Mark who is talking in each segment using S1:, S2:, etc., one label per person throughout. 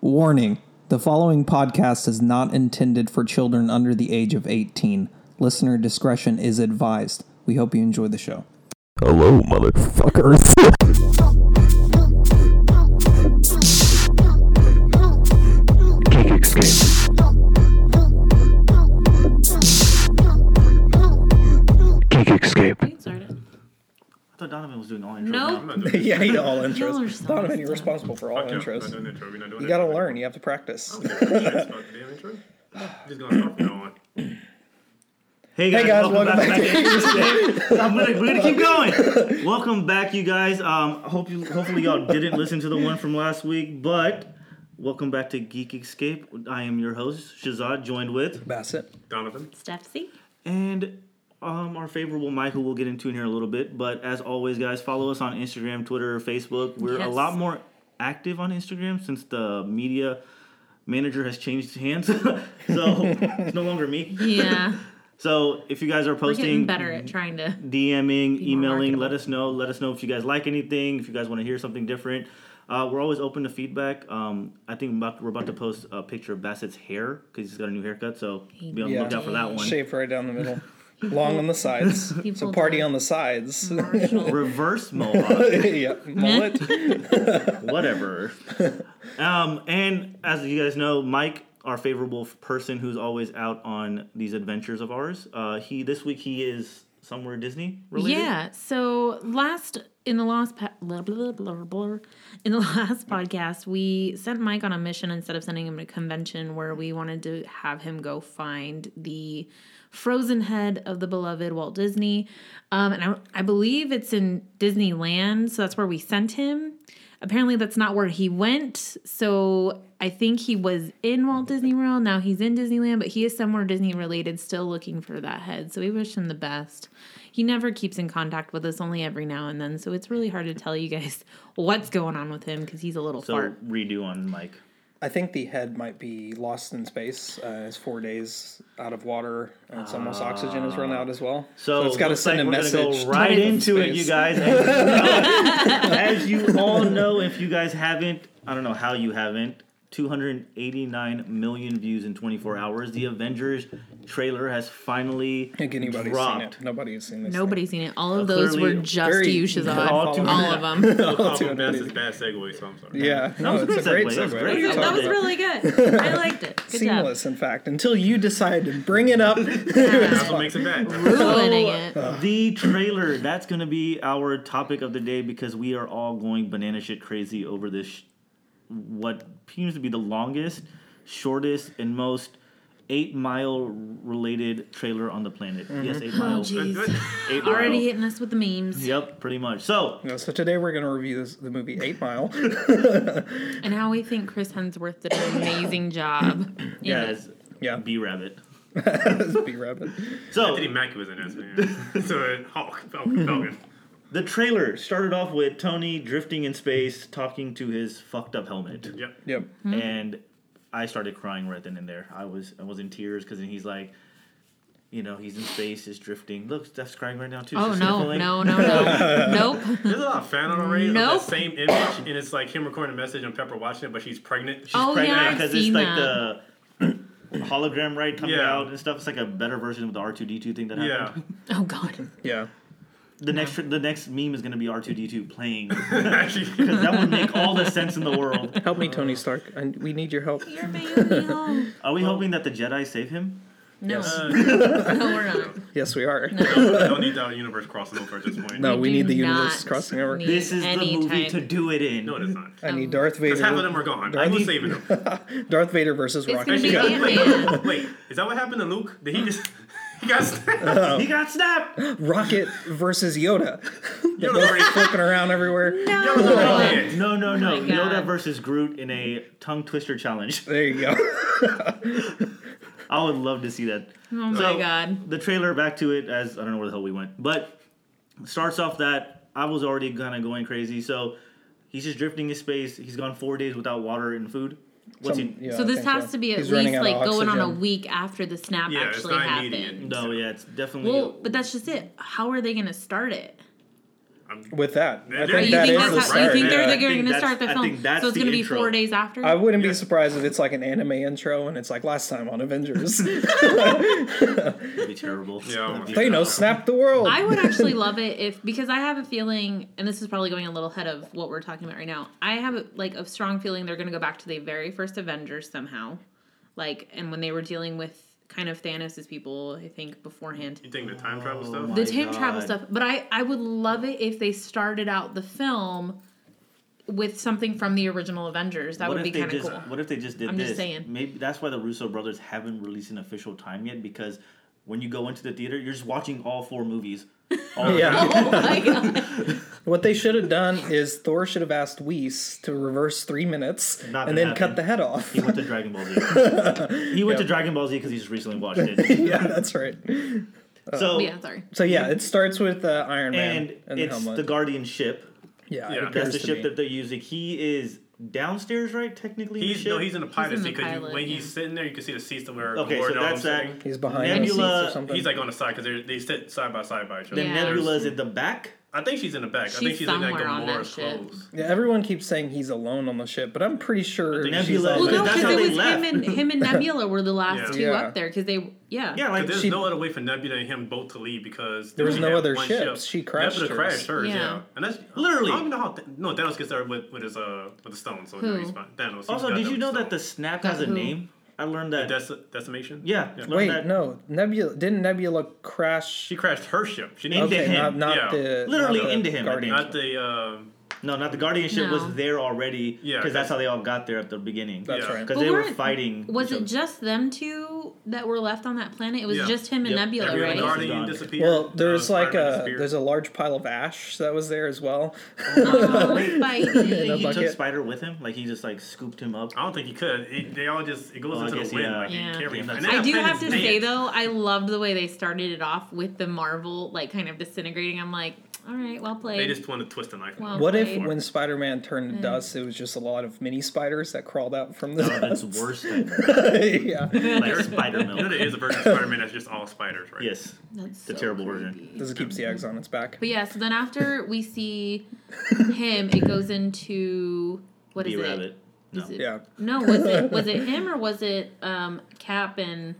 S1: Warning the following podcast is not intended for children under the age of 18. Listener discretion is advised. We hope you enjoy the show.
S2: Hello, motherfuckers. Geek Escape.
S3: Wait, sorry.
S4: I thought Donovan was doing all intro.
S3: No.
S5: not doing
S1: yeah, you all
S3: Y'all are so
S1: Donovan, you're
S3: messed up.
S1: responsible for all
S5: Fuck yeah, we're not
S1: intros.
S5: doing intro, we're not doing
S1: You gotta
S5: intro.
S1: learn. You have to practice.
S5: Shit's not the damn intro. Just gonna talk from now on.
S4: Hey guys,
S1: guys,
S4: welcome,
S1: welcome
S4: back. to I'm gonna, we're gonna keep going. Welcome back, you guys. Um, I hope you, hopefully, y'all didn't listen to the one from last week, but welcome back to Geek Escape. I am your host Shazad, joined with
S1: Bassett.
S5: Donovan,
S3: Stepsy.
S4: and um, our favorable Mike, who we'll get into in here in a little bit. But as always, guys, follow us on Instagram, Twitter, Facebook. We're a
S3: Yes.
S4: lot more active on Instagram since the media manager has changed hands, so it's no longer me.
S3: Yeah.
S4: So if you guys are
S3: We're getting
S4: posting,
S3: better at trying to.
S1: Mm.
S4: DMing,
S3: more
S4: emailing, let
S3: marketable.
S4: us know. Let us know if you guys like anything, if you guys want to hear something different. Uh, we're always open to feedback. Um, I think I'm about, we're about to post a picture of Bassett's hair because he's got a new haircut, so be on the
S1: Yeah.
S4: lookout for that one.
S1: Shaved right down the middle. Long on the sides.
S3: He
S1: So
S3: pulled
S1: party
S3: a
S1: on the sides.
S3: Marshall.
S4: Reverse mohawk,
S1: yeah, mullet.
S4: whatever. Um, and as you guys know, Mike, our favorable f- person who's always out on these adventures of ours, uh, he this week he is somewhere Disney related.
S3: Yeah. So last in the last pa- blah, blah, blah, blah, blah. in the last podcast, we sent Mike on a mission instead of sending him to a convention where we wanted to have him go find the frozen head of the beloved Walt Disney, um, and I, I believe it's in Disneyland, so that's where we sent him. Apparently, that's not where he went. So I think he was in Walt Disney World. Now he's in Disneyland, but he is somewhere Disney related, still looking for that head. So we wish him the best. He never keeps in contact with us, only every now and then. So it's really hard to tell you guys what's going on with him because he's a little
S4: So
S3: fart.
S4: redo on Mike.
S1: I think the head might be lost in space. Uh, it's four days out of water, and it's almost oxygen has run out as well.
S4: Ah. So,
S1: it's got to
S4: looks
S1: send
S4: like
S1: a
S4: we're gonna
S1: message.
S4: Go right
S1: to
S4: into it,
S1: space.
S4: you guys. As you, as you all know, if you guys haven't, I don't know how you haven't. 289 million views in 24 hours. The Avengers trailer has finally
S1: think anybody's
S4: dropped.
S1: seen it. Nobody's seen this.
S3: Nobody's seen it. All of
S4: So
S3: those were
S4: clearly
S3: just
S1: very
S3: you, Shazad.
S1: good
S3: All,
S4: follow-up.
S3: of them.
S5: I'll talk
S1: Two
S5: from
S1: hundred
S5: Bass's bad segue, so I'm sorry.
S1: Thing. Yeah, no,
S4: was a
S1: it's a
S4: great
S1: great
S4: segue. That
S1: segue.
S4: was great.
S1: What are you
S4: That
S3: that
S1: talking
S3: was
S1: about?
S3: really good. I liked it. Good job.
S1: Seamless, in fact, until you decide to bring it up.
S5: That's what makes it bad.
S3: Ruining it.
S4: The trailer. That's going to be our topic of the day because we are all going banana shit crazy over this. Sh- what seems to be the longest, shortest, and most eight mile related trailer on the planet. Yes, eight
S3: Oh,
S4: miles.
S3: jeez.
S4: Eight
S3: Already
S4: Mile.
S3: hitting us with the memes
S4: Yep, pretty much. So
S1: No, so today we're going to review this, the movie Eight Mile.
S3: and how we think Chris Hemsworth did an amazing job. yeah.
S4: as
S1: Yeah,
S4: B Rabbit.
S1: be rabbit.
S4: So
S5: Anthony Mackie was in this, man. So, Hulk, Falcon, Falcon.
S4: the trailer started off with Tony drifting in space, talking to his fucked up helmet,
S5: Yep.
S1: Yep.
S3: Hmm?
S4: and I started crying right then and there. I was I was in tears because he's like, you know, he's in space, is drifting. Look, Steph's crying right now too.
S3: Oh
S4: She's
S3: no,
S4: sniffling.
S3: no, no, no, nope.
S5: There's a lot of fan art already
S3: Nope.
S5: of the same image, and it's like him recording a message and Pepper watching it, but she's pregnant. She's
S3: Oh,
S4: Pregnant
S3: yeah, I've
S4: because
S3: seen
S4: it's like
S3: that.
S4: the hologram right coming
S5: Yeah.
S4: out and stuff. It's like a better version of the R two D two thing that happened.
S5: yeah.
S3: Oh god.
S1: Yeah.
S4: The next the next meme is gonna be R two D two playing because
S5: Actually,
S4: that would make all the sense in the world.
S1: Help me, Tony Stark. I, we need your help.
S3: You're making me home.
S4: Are we hoping that the Jedi save him?
S3: No,
S1: Yes.
S3: no, we're not.
S1: Yes, we are.
S5: don't need that universe crossing over at this point.
S1: No, we
S3: do
S1: need the universe
S3: not
S1: crossing over.
S3: need
S4: This is
S3: any
S4: the movie
S3: type-
S4: to do it in.
S5: No, it is not.
S1: I need Darth
S5: Because half of
S1: Vader.
S5: them are gone.
S1: I
S5: I was
S1: need-
S5: saving them.
S1: Darth Vader versus
S3: It's
S1: Rocket.
S3: gonna be
S5: Yeah.
S3: Ant-Man.
S5: Wait, is that what happened to Luke? Did he just. He got.
S1: Oh.
S4: He got snapped.
S1: Rocket versus Yoda. They're
S5: Yoda's
S1: both
S5: already-
S1: flipping around everywhere.
S5: Yoda's
S4: Oh
S5: already dead.
S4: No, no, no.
S3: my God.
S4: Yoda versus Groot in a tongue twister challenge.
S1: There you go.
S4: I would love to see that.
S3: Oh my
S4: So,
S3: god.
S4: The trailer back to it as I don't know where the hell we went, but starts off that I was already kind of going crazy. So he's just drifting in space. He's gone four days without water and food. What's
S1: Some-
S4: he?
S1: yeah,
S3: So
S1: I
S3: this
S1: think
S3: has
S1: so.
S3: to be at
S1: He's
S3: least
S1: running out of
S3: like going on a
S1: oxygen.
S3: week after the snap
S5: Yeah, it's
S3: actually
S5: not immediate.
S3: happened.
S4: No, yeah, it's definitely.
S3: Well, but that's just it. How are they gonna start it?
S5: I'm,
S1: with that. I
S5: Are
S1: think
S3: you
S1: that is
S3: think that's
S1: the
S3: how, you
S1: start.
S3: think
S1: yeah.
S3: they're,
S4: I think
S3: going to
S4: that's-
S3: start the
S4: I
S3: film?
S4: think that's
S3: so it's
S4: the
S3: going to be
S4: intro.
S3: four days after.
S1: I wouldn't be surprised if it's like an anime intro and it's like last time on Avengers.
S4: That'd be terrible.
S5: Yeah, I'm-
S4: That'd be-
S1: Thanos snapped the world.
S3: I would actually love it if because I have a feeling, and this is probably going a little ahead of what we're talking about right now. I have like a strong feeling they're going to go back to the very first Avengers somehow, like and when they were dealing with kind of Thanos' people, I think beforehand.
S5: you think the time travel stuff?
S3: the
S4: my
S3: time travel
S4: God.
S3: stuff. But I, I would love it if they started out the film with something from the original Avengers. That
S4: What
S3: would
S4: if
S3: be
S4: they
S3: kind of
S4: just
S3: cool.
S4: What if they just did
S3: I'm
S4: this?
S3: just saying.
S4: Maybe that's why the Russo brothers haven't released an official time yet because when you go into the theater, you're just watching all four movies. All
S1: yeah.
S3: Oh my god!
S1: What they should have done is Thor should have asked Whis to reverse three minutes
S4: Not
S1: and
S4: gonna
S1: then cut
S4: happen.
S1: the head off.
S4: He went to Dragon Ball Z. he went to Dragon Ball Z because he just recently watched it.
S1: yeah, that's right.
S4: So
S3: yeah, sorry.
S1: So yeah, it starts with uh, Iron Man
S4: and
S1: and, the
S4: it's
S1: helmet.
S4: the Guardian ship.
S1: yeah, it
S5: Yeah.
S1: appears
S4: That's the
S1: to
S4: ship
S1: be.
S4: that they're using. He is downstairs, right? Technically, in the
S5: He's
S4: ship?
S5: no, he's in the pilot
S3: in the
S5: seat because
S3: pilot,
S5: when
S3: yeah.
S5: he's sitting there, you can see the seats to where
S4: Okay, so
S5: Gamora
S4: that's
S5: and all them
S4: that.
S5: sitting.
S1: He's behind
S4: Nebula-
S1: the seats or something.
S5: He's like on the side because they sit side by side by each other.
S4: The
S3: Yeah.
S4: Nebula's at the back.
S5: I think she's in the back. I think
S3: She's
S5: she's in like
S3: somewhere on that
S5: Gamora's
S3: ship.
S5: clothes.
S1: yeah, everyone keeps saying he's alone on the ship, but I'm pretty sure
S4: think
S1: she's
S4: Nebula-
S1: on
S3: Well,
S4: Because
S1: the
S3: no,
S4: that's
S3: because
S4: how
S3: it
S4: they
S3: was
S4: left.
S3: him and him and Nebula were the last
S5: Yeah.
S3: two
S1: Yeah.
S3: up there because they yeah
S4: Yeah,
S5: But
S4: like
S5: there's
S1: She-
S5: no other way for Nebula and him both to leave because
S1: There was
S5: she
S1: no
S5: had
S1: other
S5: one
S1: ships.
S5: ship.
S1: She crashed
S5: Nebula
S1: hers.
S5: crashed hers.
S3: Yeah.
S5: Yeah, and that's
S4: Literally.
S5: I don't even know how. Th- no, Thanos gets there with, with his uh with the stone. So
S3: Who?
S5: No, he's fine. Thanos. he's
S4: Also,
S5: got
S4: did you know that the
S5: stone.
S4: snap
S3: Got
S4: has a
S3: who?
S4: name? I learned that.
S5: Deci- decimation?
S4: yeah, learned
S1: Wait,
S4: that.
S1: no, Nebula didn't Nebula crash?
S5: She crashed her ship. She didn't.
S4: Into
S1: okay,
S4: him,
S1: not, not
S5: yeah.
S1: the
S4: Literally
S1: not the
S4: into him, I
S1: Guardian.
S5: Not the. Uh,
S4: No, not the guardianship
S3: No.
S4: was there already.
S5: Yeah,
S4: because that's
S5: that's-
S4: how they all got there at the beginning.
S1: That's
S5: Yeah.
S1: right.
S4: Because
S3: But
S4: they were
S3: weren't-
S4: fighting.
S3: Was
S4: each
S3: it
S4: other.
S3: just them two that were left on that planet? It was
S5: Yeah.
S3: just him and
S4: Yep.
S3: Nebula,
S5: every other
S3: right?
S4: guard-
S5: Guardian
S4: Gone.
S5: disappeared.
S1: Well, there's
S5: uh,
S1: like
S5: Iron Man
S1: a
S5: disappeared.
S1: there's a large pile of ash that was there as well.
S3: Oh,
S4: He-
S3: Spidey.
S4: he took
S1: bucket.
S4: Spider with him, like he just like scooped him up.
S5: I don't think he could. It, they all just it goes
S4: Oh, I
S5: into
S4: guess,
S5: the wind.
S4: yeah.
S5: Like,
S3: Yeah.
S5: yeah. Carry
S4: Yeah,
S5: him.
S4: that's-
S5: And
S3: I
S5: that
S3: do
S5: planet's
S3: have to say
S5: dead.
S3: though, I loved the way they started it off with the Marvel like kind of disintegrating. I'm like, all right, well played.
S5: they just want to twist the knife.
S3: Well,
S1: What if
S3: Right.
S1: when Spider-Man turned to
S3: Hmm.
S1: dust, it was just a lot of mini spiders that crawled out from the
S4: Oh, that's
S1: dust?
S4: worse than
S1: yeah.
S4: like Spider
S5: You know,
S4: Milk.
S5: there is a version of Spider-Man that's just all spiders, right?
S4: Yes,
S3: That's
S4: the
S3: so
S4: terrible
S3: creepy.
S4: version.
S1: Does it keeps the eggs on its back?
S3: But yeah, so then after we see him, it goes into what is
S4: B
S3: it?
S4: Rabbit. No.
S3: Is it-
S1: Yeah.
S3: No, was it was it him or was it um, Cap and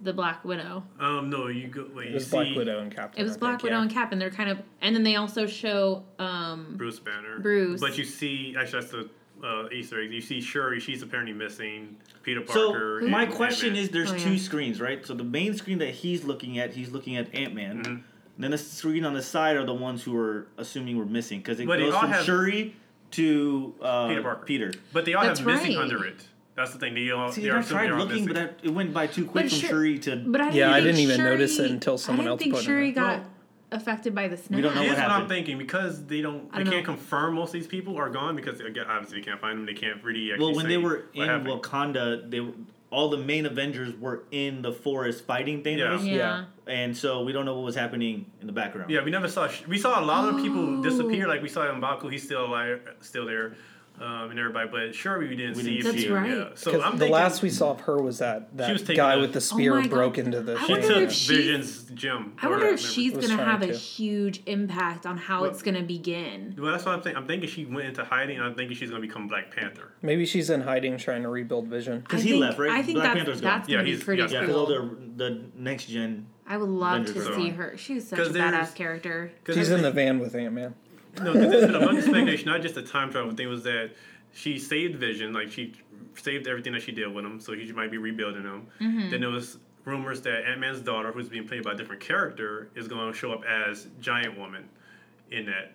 S3: the Black Widow?
S5: Um, no, you go. Wait,
S1: It
S5: you
S1: was
S5: see
S1: Black Widow and Captain.
S3: It was
S1: I think,
S3: Black Widow
S1: yeah.
S3: and Cap, and they're kind of, and then they also show um,
S5: Bruce Banner.
S3: Bruce.
S5: But you see, actually, that's the uh, Easter egg. You see Shuri. She's apparently missing. Peter Parker.
S4: So
S5: and
S4: my question
S5: Ant-Man.
S4: is, there's
S3: Oh, yeah.
S4: two screens, right? So the main screen that he's looking at, he's looking at Ant Man.
S5: Mm-hmm.
S4: Then the screen on the side are the ones who are assuming we're missing because it
S5: But they
S4: goes
S5: all
S4: from
S5: have-
S4: Shuri to uh,
S5: Peter Parker.
S4: Peter.
S5: But they all
S3: That's
S5: have missing
S3: right.
S5: under it. That's the thing. They all.
S4: See,
S5: they
S4: I
S5: are assuming
S4: tried
S5: they're all
S4: looking,
S5: missing.
S4: but that, it went by too quick
S3: But
S4: from
S3: Shur-
S4: Shuri to.
S3: But I didn't
S1: Yeah, I
S3: think
S1: didn't even
S3: Shuri-
S1: notice it until someone
S3: I didn't
S1: else
S3: think
S1: put it in
S3: Shuri
S1: it.
S3: got
S5: Well,
S3: affected by the snap.
S4: We don't know
S5: Here's
S4: what
S5: what, I'm
S4: happened.
S5: thinking because they don't,
S3: I
S5: they
S3: don't
S5: can't
S3: know.
S5: confirm most of these people are gone because again, obviously they can't find them. They can't really. Actually
S4: Well, when
S5: say
S4: they were
S5: what
S4: in
S5: happened.
S4: Wakanda, they were, all the main Avengers were in the forest fighting Thanos,
S3: Yeah.
S1: Yeah.
S4: and so we don't know what was happening in the background.
S5: Yeah, we never saw. Sh- We saw a lot of
S3: Oh.
S5: people disappear. Like we saw Mbaku, he's still alive, still there, um, and everybody. But sure, we didn't
S4: We
S5: see.
S4: didn't
S5: if
S3: see
S5: she-
S3: That's right.
S5: Yeah. So
S1: 'Cause
S5: I'm
S1: the
S5: thinking
S1: last we saw of her was that that
S5: was taking
S1: guy
S5: a-
S1: with the
S3: Oh
S1: spear
S3: my
S1: broke
S3: God.
S1: into the.
S3: I
S1: ship.
S5: she
S3: wonder
S5: took
S3: if she's-
S5: Vision's gem.
S3: I
S5: or
S3: wonder if
S5: whatever.
S3: she's
S1: Was
S3: gonna have
S1: trying
S3: a
S1: to.
S3: huge impact on how it's gonna begin.
S5: Well, that's what I'm thinking. I'm thinking she went into hiding. I'm thinking she's gonna become Black Panther.
S1: Maybe she's in hiding trying to rebuild Vision.
S3: I
S4: Because he
S3: think-
S4: left, right?
S3: I think
S4: Black
S3: that's,
S4: Panther's gone.
S3: that's
S5: Yeah,
S3: gonna be
S5: he's-
S3: pretty
S5: yeah,
S4: Yeah,
S5: he's
S4: because all
S3: cool.
S4: the the next gen.
S3: I would love
S4: Avengers
S3: to
S4: are
S3: see
S4: gone.
S3: her. She was such a
S5: 'Cause there's-
S3: badass character.
S1: She's in the van with Ant Man.
S5: No, because there's been a bunch of speculation, not just the time travel thing, was that she saved Vision, like she saved everything that she did with him, so he might be rebuilding him. Then there was rumors that Ant Man's daughter, who's being played by a different character, is going to show up as Giant Woman in that.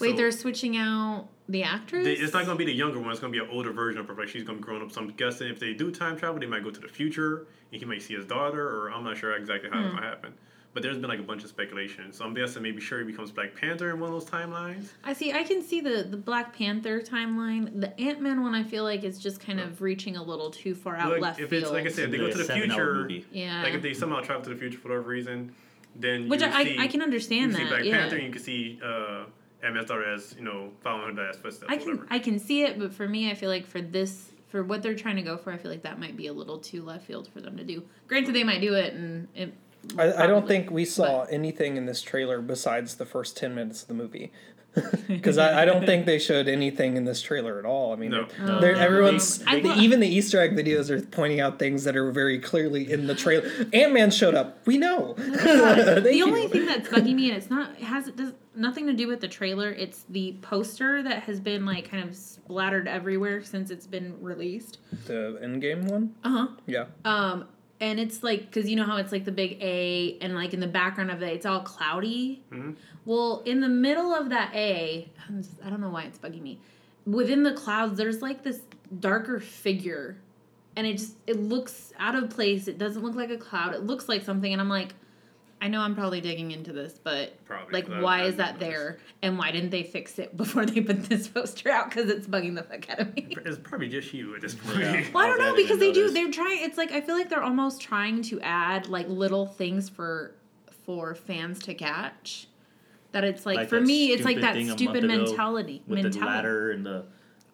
S3: Wait,
S5: So
S3: they're switching out the actors.
S5: they- It's not going to be the younger one. It's going to be an older version of her. Like she's going to be grown up. So I'm guessing if they do time travel, they might go to the future and he might see his daughter, or I'm not sure exactly how it's going to happen. But there's been like a bunch of speculation. So I'm guessing maybe Shuri becomes Black Panther in one of those timelines.
S3: I see. I can see the the Black Panther timeline. The Ant Man one, I feel like is just kind of reaching a little too far out
S5: Like,
S3: left
S5: if
S3: field.
S5: it's like I said, if they go
S4: Like
S5: to
S4: a
S5: the
S4: seven-hour
S5: future.
S4: movie.
S3: yeah,
S5: Like if they somehow travel to the future for whatever reason, then
S3: which
S5: you
S3: I,
S5: see,
S3: I can
S5: you
S3: understand
S5: see
S3: that.
S5: Black
S3: yeah,
S5: Panther, and you can see uh, Ms. Daughter as you know following her dad's footsteps.
S3: I
S5: or
S3: can
S5: whatever.
S3: I can see it, but for me, I feel like for this for what they're trying to go for, I feel like that might be a little too left field for them to do. Granted, they might do it, and it
S1: I, I don't think we saw anything in this trailer besides the first 10 minutes of the movie. Because I, I don't think they showed anything in this trailer at all. I mean,
S5: No.
S1: they're- they're- everyone's
S3: I
S1: the-
S3: will-
S1: even the Easter egg videos are pointing out things that are very clearly in the trailer. Ant Man showed up. We know.
S3: Oh the only thing that's bugging me and it's not it has it does nothing to do with the trailer it's the poster that has been like kind of splattered everywhere since it's been released
S1: the Endgame one.
S3: uh-huh
S1: Yeah.
S3: um and it's like because you know how it's like the big a and like in the background of it it's all cloudy well in the middle of that a I'm just- i don't know why it's bugging me within the clouds there's like this darker figure and it just it looks out of place it doesn't look like a cloud it looks like something and i'm like i know i'm probably digging into this but
S5: Probably,
S3: like
S5: 'cause I-
S3: why
S5: I
S3: is that
S5: didn't notice.
S3: there and why didn't they fix it before they put this poster out because it's bugging the fuck out of me
S5: It's probably just you at this point.
S3: well, I
S4: I'm
S3: don't
S4: glad
S3: know
S4: I
S3: because
S4: didn't
S3: they do.
S4: notice.
S3: They're trying. It's like I feel like they're almost trying to add like little things for for fans to catch. That it's like,
S4: Like
S3: for
S4: that
S3: me, it's like
S4: stupid
S3: that
S4: thing a month
S3: stupid
S4: ago
S3: mentality.
S4: with
S3: mentality.
S4: the ladder and the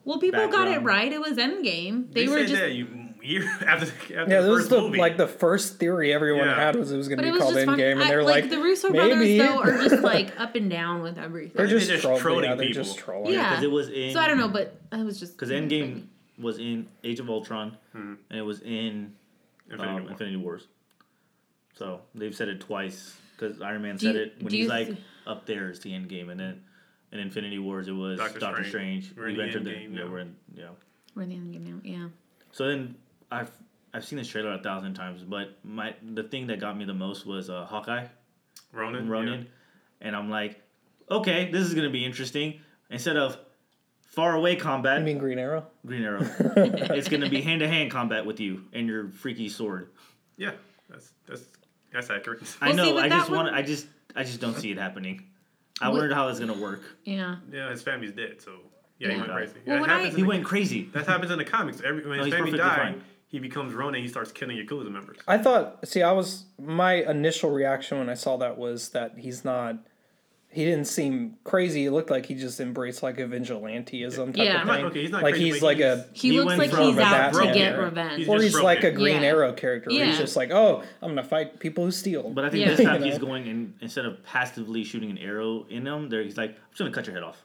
S3: well, people got it
S4: background.
S3: right. It was Endgame. They,
S5: You
S3: were
S5: said
S3: just,
S5: that you, year after, after
S1: Yeah,
S5: the
S1: this
S5: first
S1: was the,
S5: movie.
S1: like the first theory everyone
S5: Yeah.
S1: had was it was going
S3: but
S1: to
S3: it
S1: be
S3: was
S1: called
S3: just fun.
S1: Endgame, and
S3: I-
S1: they're
S3: like,
S1: like,
S3: the Russo
S1: maybe.
S3: brothers though are just like up and down with everything.
S1: they're just,
S5: They're just
S1: trolling,
S5: trolling
S1: yeah, they're
S5: people.
S1: just trolling.
S3: yeah,
S4: 'cause it was in-
S3: So I don't know, but I was just
S4: because Endgame was in Age of Ultron and it was in
S5: Hmm. Infinity
S4: um,
S5: War.
S4: Infinity Wars. So they've said it twice because Iron Man
S3: Do
S4: said
S3: you-
S4: it when
S3: do
S4: he's
S3: you
S4: like
S3: th-
S4: up there is the end game, and then in Infinity Wars it was
S5: Doctor
S4: Doctor,
S5: Strange.
S4: Strange.
S5: We're in
S4: We've
S5: the
S4: entered
S5: Endgame
S4: yeah,
S5: now.
S4: we're in yeah.
S3: We're in the Endgame now. Yeah.
S4: So then I've I've seen this trailer a thousand times, but my the thing that got me the most was uh, Hawkeye
S5: Ronan.
S4: and
S5: yeah.
S4: Ronin, and I'm like, okay, this is gonna be interesting. Instead of far away combat,
S1: I mean, Green Arrow.
S4: Green Arrow, it's gonna be hand to hand combat with you and your freaky sword.
S5: Yeah, that's that's that's accurate.
S4: I
S3: Well, see,
S4: know.
S3: with
S4: I
S3: that
S4: just
S3: one-
S4: want. I just. I just don't see it happening. I
S3: Well-
S4: wondered how it's gonna work.
S3: Yeah.
S5: yeah, his family's dead, so yeah, he
S3: Yeah.
S5: went crazy.
S3: Well,
S5: yeah, it
S3: when I-
S5: happens
S4: He
S5: in the,
S4: went crazy.
S5: that happens in the comics. Every when his
S4: he's
S5: family
S4: perfectly
S5: dies,
S4: fine.
S5: he becomes Ronan. He starts killing Yakuza members.
S1: I thought. See, I was my initial reaction when I saw that was that he's not. He didn't seem crazy. It looked like he just embraced like a vigilanteism type
S3: Yeah.
S1: of thing.
S5: I'm like, okay, he's not
S1: like
S5: crazy,
S1: he's
S5: but
S1: like
S5: he's-
S1: a,
S3: He,
S4: He
S3: looks
S4: went
S3: like
S4: from
S3: he's
S1: a
S3: out to
S1: Batman.
S3: get
S1: Yeah.
S3: revenge.
S5: He's
S1: or
S5: just
S1: he's
S5: broke
S1: like a
S5: it.
S1: Green
S3: Yeah.
S1: Arrow character. Where he's
S3: Yeah.
S1: just like, oh, I'm gonna fight people who steal.
S4: But I think
S3: Yeah.
S4: this time
S1: You
S4: he's
S1: know?
S4: going and instead of passively shooting an arrow in them, there he's like, "I'm just gonna cut your head off."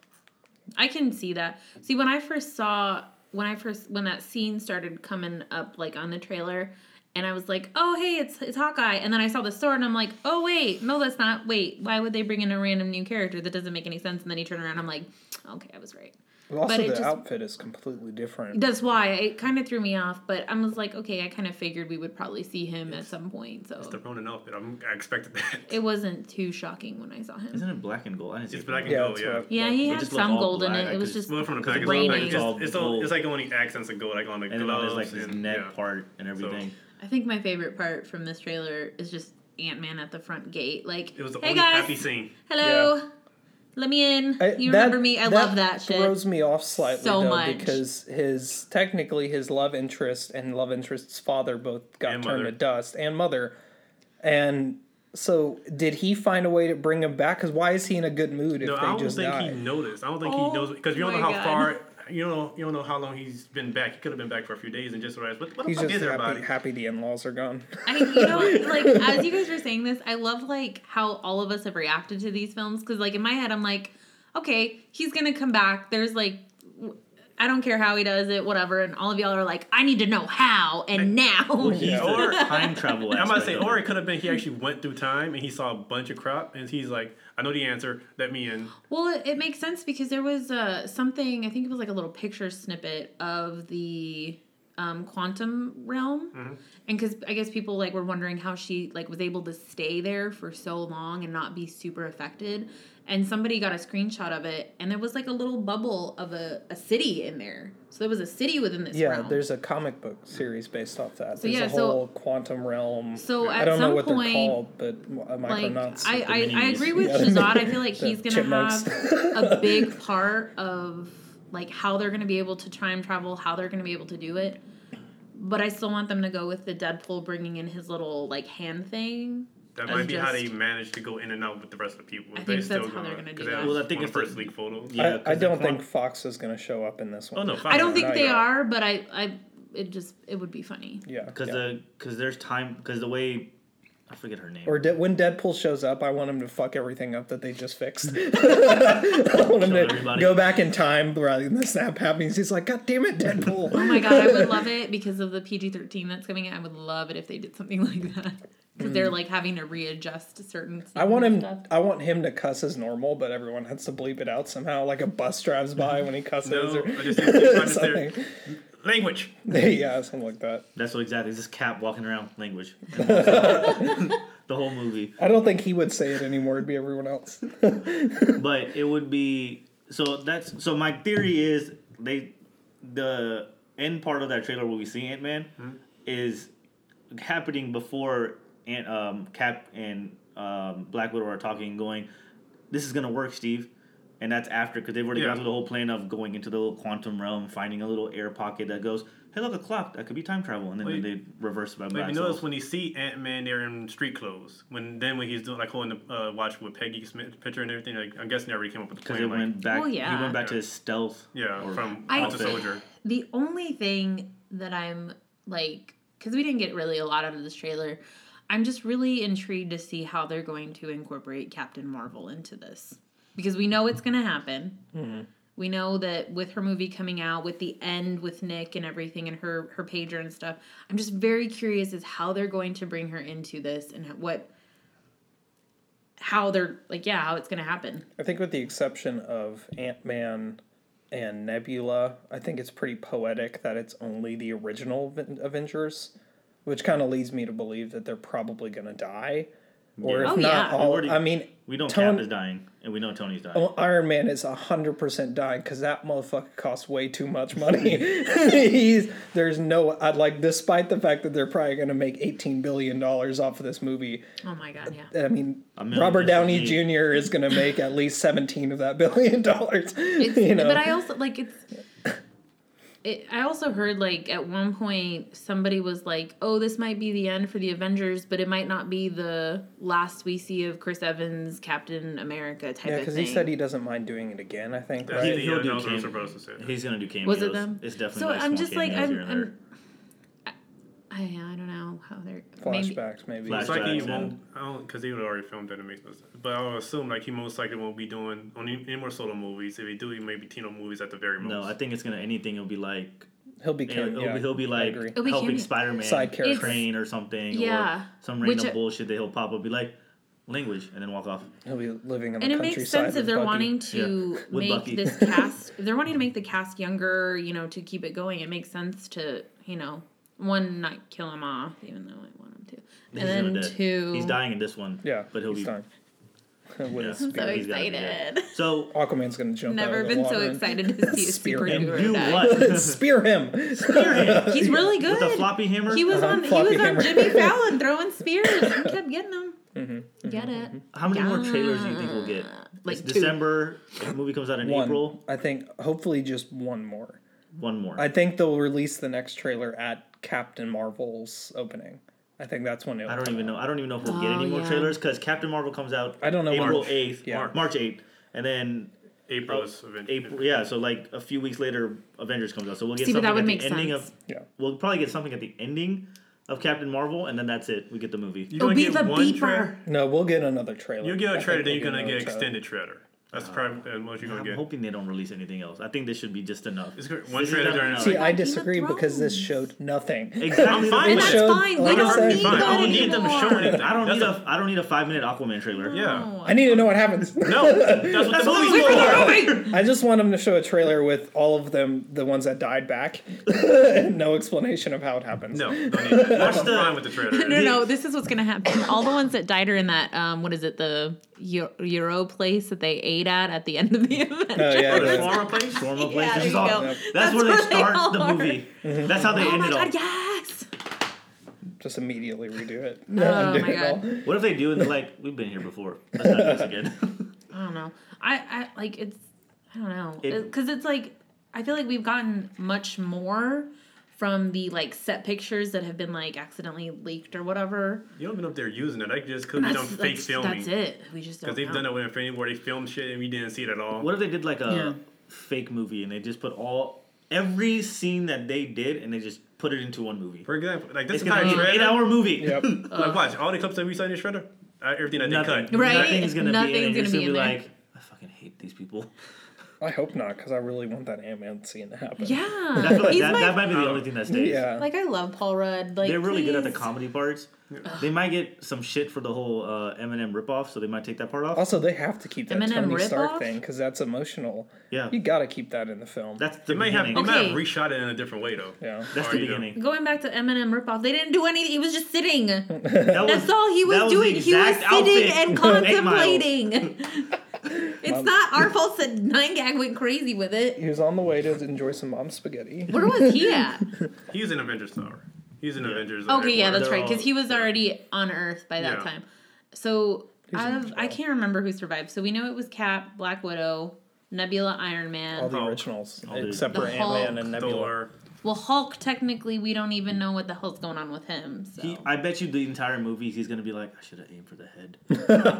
S3: I can see that. See, when I first saw when I first when that scene started coming up like on the trailer, and I was like, "Oh, hey, it's it's Hawkeye," and then I saw the sword, and I'm like, "Oh, wait, no, that's not. Wait, why would they bring in a random new character that doesn't make any sense?" And then he turned around, I'm like, "Okay, I was right."
S1: also,
S3: but
S1: the
S3: it just-
S1: outfit is completely different.
S3: That's why it kind of threw me off, but I was like, "Okay, I kind of figured we would probably see him at some point."
S1: Oh.
S3: So
S5: the Ronan outfit. I'm, I expected that.
S3: it wasn't too shocking when I saw him.
S4: Isn't it black and gold? I didn't see
S5: It's
S4: it.
S5: black and
S1: yeah,
S5: gold,
S1: that's
S5: yeah.
S1: what I-
S3: Yeah, he
S4: It
S3: had
S4: just looked
S3: some
S4: all
S3: gold in
S4: black.
S3: it.
S4: I
S3: It was
S4: could've-
S3: just
S5: Well, from the
S4: Because it
S5: back, it's,
S3: was
S5: all, like,
S3: raining.
S5: just, it's, all, it's
S4: Gold.
S5: like only accents of gold, like on the
S4: And then all
S5: gloves
S4: his like his
S5: and
S4: neck
S5: yeah.
S4: part and everything.
S3: I think my favorite part from this trailer is just Ant Man at the front gate. Like,
S5: It was the
S3: hey
S5: only
S3: guys,
S5: happy scene.
S3: hello, let me in.
S1: I-
S3: you
S1: that-
S3: remember me? I love that shit.
S1: Throws me off slightly
S3: So
S1: though
S3: much.
S1: because his technically his love interest and love interest's father both got
S5: And
S1: turned
S5: mother.
S1: to dust and mother, and so did he find a way to bring him back? Because why is he in a good mood if
S5: No,
S1: they
S5: I don't
S1: just
S5: think
S1: die?
S5: he noticed. I don't think
S3: Oh
S5: he knows because you don't
S3: my
S5: know how
S3: God.
S5: far. You don't know. You don't know how long he's been back. He could have been back for a few days and just realized what, what the
S1: He's
S5: fuck
S1: just
S5: is everybody?
S1: happy, happy the in laws are gone.
S3: I, you know, like as you guys were saying this, I love like how all of us have reacted to these films because, like, in my head, I'm like, okay, he's gonna come back. There's like. w- I don't care how he does it, whatever. And all of y'all are like, I need to know how and now.
S4: He's the
S5: Or-
S4: time travel.
S5: I'm about to
S4: aspect
S5: say,
S4: of
S5: or
S4: it.
S5: it could have been he actually went through time and he saw a bunch of crap and he's like, I know the answer. Let me in.
S3: Well, it, it makes sense because there was uh, something, I think it was like a little picture snippet of the um, quantum realm. And because I guess people like were wondering how she like was able to stay there for so long and not be super affected. And somebody got a screenshot of it and there was like a little bubble of a, a city in there. So there was a city within this
S1: Yeah,
S3: realm.
S1: there's a comic book series based off that. There's
S3: yeah,
S1: a
S3: so-
S1: whole quantum realm.
S3: So
S1: I
S3: at
S1: don't know
S3: some
S1: what they're
S3: point,
S1: called, but uh,
S3: like
S1: Micronauts.
S3: I,
S4: the
S3: I, I
S4: minis.
S3: agree with
S1: Yeah, the
S3: Shazad.
S1: mini-
S3: I feel like
S1: the
S3: he's gonna
S1: chipmunks.
S3: have a big part of like how they're gonna be able to time travel, how they're gonna be able to do it. But I still want them to go with the Deadpool bringing in his little like hand thing.
S5: That
S3: And
S5: might be how they
S3: just-
S5: managed to go in and out with the rest of the people.
S3: I
S5: If
S3: think
S5: still
S3: that's how they're gonna do
S5: because
S3: that.
S5: was
S4: Well, I think
S5: one
S4: it's
S5: of the
S4: the-
S5: first leak photos.
S4: Yeah,
S1: I, I
S4: 'cause the
S1: don't
S4: quan-
S1: think Fox is going to show up in this
S5: Oh
S1: one.
S5: no,
S3: I don't think
S1: not
S3: they
S1: yet.
S3: are, but I, I it just it would be funny.
S1: Yeah,
S4: because
S1: yeah.
S4: the because there's time because the way I forget her name.
S1: Or de- when Deadpool shows up, I want him to fuck everything up that they just fixed. I want him to
S4: everybody.
S1: go back in time rather than the snap happens. He's like, God damn it,
S3: Oh
S1: Deadpool.
S3: my god, I would love it because of the PG thirteen that's coming out. I would love it if they did something like that because they're like having to readjust certain.
S1: Mm. I want him.
S3: stuff.
S1: I want him to cuss as normal, but everyone has to bleep it out somehow. Like a bus drives by when he cusses,
S5: No,
S1: or
S5: I just, I just
S1: something.
S5: language.
S1: yeah, something like that.
S4: That's what exactly. It's just Cap walking around language. the whole movie.
S1: I don't think he would say it anymore. It'd be everyone else.
S4: but it would be so that's so my theory is they the end part of that trailer where we see Ant Man
S5: Hmm?
S4: is happening before Ant um, Cap and um, Black Widow are talking, going, "This is gonna work, Steve." And that's after because they've already
S5: Yeah.
S4: gone through the whole plan of going into the little quantum realm, finding a little air pocket that goes, "Hey, look, a clock that could be time travel," and then,
S5: Wait.
S4: they reverse by
S5: But
S4: black.
S5: you notice
S4: So,
S5: when you see Ant Man there in street clothes, when then when he's doing like holding the uh, watch with Peggy Smith picture and everything, like I'm guessing they already came up with the
S4: because
S5: plan.
S4: it
S5: like,
S4: went back,
S1: Oh,
S3: Well,
S4: he
S3: yeah.
S4: went back to his stealth.
S5: yeah,
S4: or
S5: from
S3: I-
S5: Winter
S4: outfit.
S5: Soldier.
S3: The only thing that I'm like, because we didn't get really a lot out of this trailer, I'm just really intrigued to see how they're going to incorporate Captain Marvel into this. Because we know it's going to happen. We know that with her movie coming out, with the end with Nick and everything, and her her pager and stuff, I'm just very curious as how they're going to bring her into this and what, how they're like, yeah, how it's going to happen.
S1: I think, with the exception of Ant Man and Nebula, I think it's pretty poetic that it's only the original Aven- Avengers, which kind of leads me to believe that they're probably going to die. Or if
S3: Oh,
S1: not
S3: yeah.
S1: all,
S4: Already-
S1: I mean,
S4: We know
S1: Tony-
S4: Cap is dying, and we know Tony's dying.
S1: oh, Iron Man is 100% dying because that motherfucker costs way too much money. He's, there's no, I'd like, despite the fact that they're probably going to make $18 billion off of this movie,
S3: Oh my God, yeah.
S1: I mean,
S4: million
S1: Robert
S4: is
S1: Downey
S4: me.
S1: Jr. is going to make at least 17 of that billion dollars.
S3: It's,
S1: you know?
S3: But I also like it's. It, I also heard like at one point somebody was like, "Oh, this might be the end for the Avengers, but it might not be the last we see of Chris Evans, Captain America type
S1: yeah,
S3: of
S1: because
S3: thing."
S1: he said he doesn't mind doing it again, I think,
S5: That's
S1: right?
S5: the
S4: He'll
S5: uh,
S4: do
S5: no,
S4: Cam-
S5: they're supposed to say.
S4: He's gonna do cameos.
S3: was it them?
S4: It's definitely.
S3: So
S4: like
S3: I'm
S4: small
S3: just like
S4: cameos
S3: I'm,
S4: here and there.
S3: I'm I, I I don't know how they're maybe
S1: Flashbacks, maybe.
S4: Flashbacks.
S5: It's like he
S4: Flashbacks
S5: won't, I don't, because they would already filmed that. It makes no sense. But I would assume like he most likely won't be doing on any, any more solo movies. If he do, he may be Tino movies at the very most.
S4: No, I think it's gonna anything. It'll be like
S1: He'll be
S4: it'll,
S1: Ken.
S4: it'll
S1: Yeah,
S4: be, he'll be
S1: I
S4: like
S1: agree.
S3: It'll be
S4: helping
S3: cameo.
S4: Spider Man
S1: Side character.
S4: train or something.
S3: Yeah.
S4: or some
S3: Which-
S4: random bullshit that he'll pop up. Be like language and then walk off.
S1: He'll be living in
S3: and
S1: the
S3: it makes
S1: countryside.
S3: sense if
S1: with
S3: they're
S1: Bucky.
S3: wanting to
S4: With
S3: make
S4: Bucky.
S3: this cast if they're wanting to make the cast younger you know to keep it going it makes sense to you know one not kill him off even though i want him to and
S4: He's
S3: then
S4: gonna dead.
S3: two
S4: He's dying in this one.
S1: Yeah,
S4: but he'll
S1: he's
S4: be.
S1: fine. With
S4: Yeah.
S1: his
S3: so
S4: I'm
S1: spear.
S4: He's gotta be dead.
S3: excited
S4: So
S1: Aquaman's going to jump out
S3: never
S1: of the
S3: been
S1: water
S3: so
S1: and
S3: excited to see a
S1: Spear
S3: super
S1: him.
S3: dude
S4: do
S3: die.
S4: what?
S1: Spear him.
S3: he's really good
S4: With a floppy hammer.
S3: he was
S1: Uh-huh,
S3: on he
S1: floppy
S3: was on
S1: hammer.
S3: jimmy fallon throwing spears and kept getting them
S4: Mm-hmm,
S3: get it
S4: How many more trailers do you think we'll get?
S3: Like
S4: It's
S3: two.
S4: December. The movie comes out in
S1: One.
S4: April.
S1: I think, hopefully, just one more.
S4: One more.
S1: I think they'll release the next trailer at Captain Marvel's opening. I think that's when it'll
S4: I don't
S1: come
S4: even
S1: out.
S4: know. I don't even know if we'll get
S3: Oh,
S4: any more
S3: yeah.
S4: trailers because Captain Marvel comes out.
S1: I don't know when-
S4: April
S1: March.
S4: eighth,
S1: Yeah.
S4: March eighth, and then
S5: April is event-
S4: April. Yeah, so like a few weeks later, Avengers comes out. So we'll get
S3: See, but
S4: something
S3: that would
S4: at
S3: make
S4: the ending
S3: sense.
S4: of.
S1: Yeah.
S4: We'll probably get something at the ending of Captain Marvel, and then that's it. We get the movie.
S5: You're
S3: Oh,
S5: gonna
S3: be
S5: get
S3: the
S5: one
S3: beeper.
S5: trailer.
S1: No, we'll get another trailer.
S5: You get
S1: I
S5: a
S1: think
S5: trailer, then
S1: we'll
S5: you're gonna
S1: another
S5: get
S1: trailer.
S5: extended trailer. That's probably uh, what you're gonna
S4: I'm
S5: get.
S4: hoping they don't release anything else. I think this should be just enough.
S5: It's good. One
S4: This is
S5: trailer
S4: not
S5: during
S4: enough.
S5: the-
S1: See,
S5: Like
S1: I
S3: Game of
S1: disagree because this showed nothing.
S4: Exactly.
S5: I'm fine
S3: and
S5: It
S3: that's
S1: showed-
S3: fine
S1: like
S3: we
S1: I said-
S3: don't need
S5: Fine.
S3: that
S5: I don't need them to show
S3: anymore.
S5: anything.
S4: I don't
S5: That's
S4: need a I don't need a five minute Aquaman trailer.
S3: Oh.
S5: Yeah.
S1: I need to know what happens.
S5: No, that's what the
S4: what
S5: movie's
S4: we
S5: for.
S4: want.
S1: I just want them to show a trailer with all of them, the ones that died back, and no explanation of how it happens.
S5: No, don't need that. Watch the fine with the trailer.
S3: No, no, this is what's gonna happen. All the ones that died are in that um, what is it, the Eu- Euro place that they ate at at the end of the event.
S1: Oh, yeah,
S4: The
S1: yeah.
S4: Shawarma place. Shawarma place.
S3: there
S4: This is
S3: you
S4: all-
S3: go.
S4: That's,
S3: That's
S4: where they
S3: where they
S4: start
S3: all
S4: the
S3: are.
S4: movie. That's how they
S3: Oh
S4: end
S3: my
S4: it
S3: god,
S4: all.
S3: yes!
S1: Just immediately redo it.
S3: Oh
S1: Undo
S3: my
S1: it all.
S3: god,
S4: What if they do and they're like, we've been here before. Let's not do this again.
S3: I don't know. I, I like it's, I don't know,
S4: It-
S3: because it's like I feel like we've gotten much more from the like set pictures that have been like accidentally leaked or whatever.
S5: You don't even know if they're using it. I just could be
S3: That's,
S5: done fake
S3: that's-
S5: filming.
S3: that's it. Oh, We just don't
S5: Because they've
S3: know.
S5: done it with Infinity War. They filmed shit and we didn't see it at all.
S4: What if they did like a
S3: Yeah.
S4: fake movie and they just put all every scene that they did, and they just put it into one movie.
S5: For example, like this
S4: It's
S5: is
S4: gonna
S5: how
S4: be an
S5: Shredder.
S4: eight-hour movie.
S1: Yep.
S5: like watch all the clips that we saw in the Shredder. Uh, everything I did
S4: Nothing,
S5: cut.
S3: Right?
S4: Nothing's gonna be in it.
S3: Nothing's
S4: You're
S3: gonna
S4: just
S3: be in there.
S4: like, I fucking hate these people.
S1: I hope not, because I really want that Ant Man scene to happen.
S3: Yeah.
S4: That's what-
S3: He's
S4: that,
S3: my-
S4: that might be the only thing that stays.
S1: Yeah.
S3: like I love Paul Rudd. Like
S4: They're really good at the
S3: please.
S4: comedy parts. They might get some shit for the whole uh, Eminem ripoff, so they might take that part off.
S1: Also, they have to keep that
S3: Eminem
S1: Tony
S3: ripoff?
S1: Stark thing because that's emotional.
S4: Yeah.
S1: You got to keep that in the film.
S4: That's the
S5: They might have they
S4: beginning.
S5: might have
S3: Okay.
S5: reshot it in a different way though.
S1: yeah.
S4: That's
S5: Or,
S4: the
S5: you know,
S4: beginning.
S3: Going back to Eminem ripoff, they didn't do anything. He was just sitting.
S4: That
S3: That's all he was,
S4: that the
S3: doing. He was
S4: exact
S3: sitting
S4: outfit
S3: and
S4: of Eight Mile.
S3: contemplating. it's not our fault that Nine Gag went crazy with it.
S1: He was on the way to enjoy some mom spaghetti.
S3: Where was he at?
S5: He's an Avengers Tower. He's an Avengers.
S3: Okay, yeah, that's
S4: They're
S3: right. Because
S4: all-
S3: he was already on Earth by that
S5: Yeah.
S3: time. So out
S1: in
S3: of,
S1: as
S3: I
S1: well.
S3: can't remember who survived. So we know it was Cap, Black Widow, Nebula, Iron Man.
S1: All the
S5: Hulk.
S1: originals,
S4: the-
S1: except
S3: The
S1: for Ant Man
S3: Hulk.
S1: and Nebula.
S5: Thor.
S3: well, Hulk. Technically, we don't even know what the hell's going on with him. So
S4: He, I bet you the entire movie he's gonna be like, I should have aimed for the head.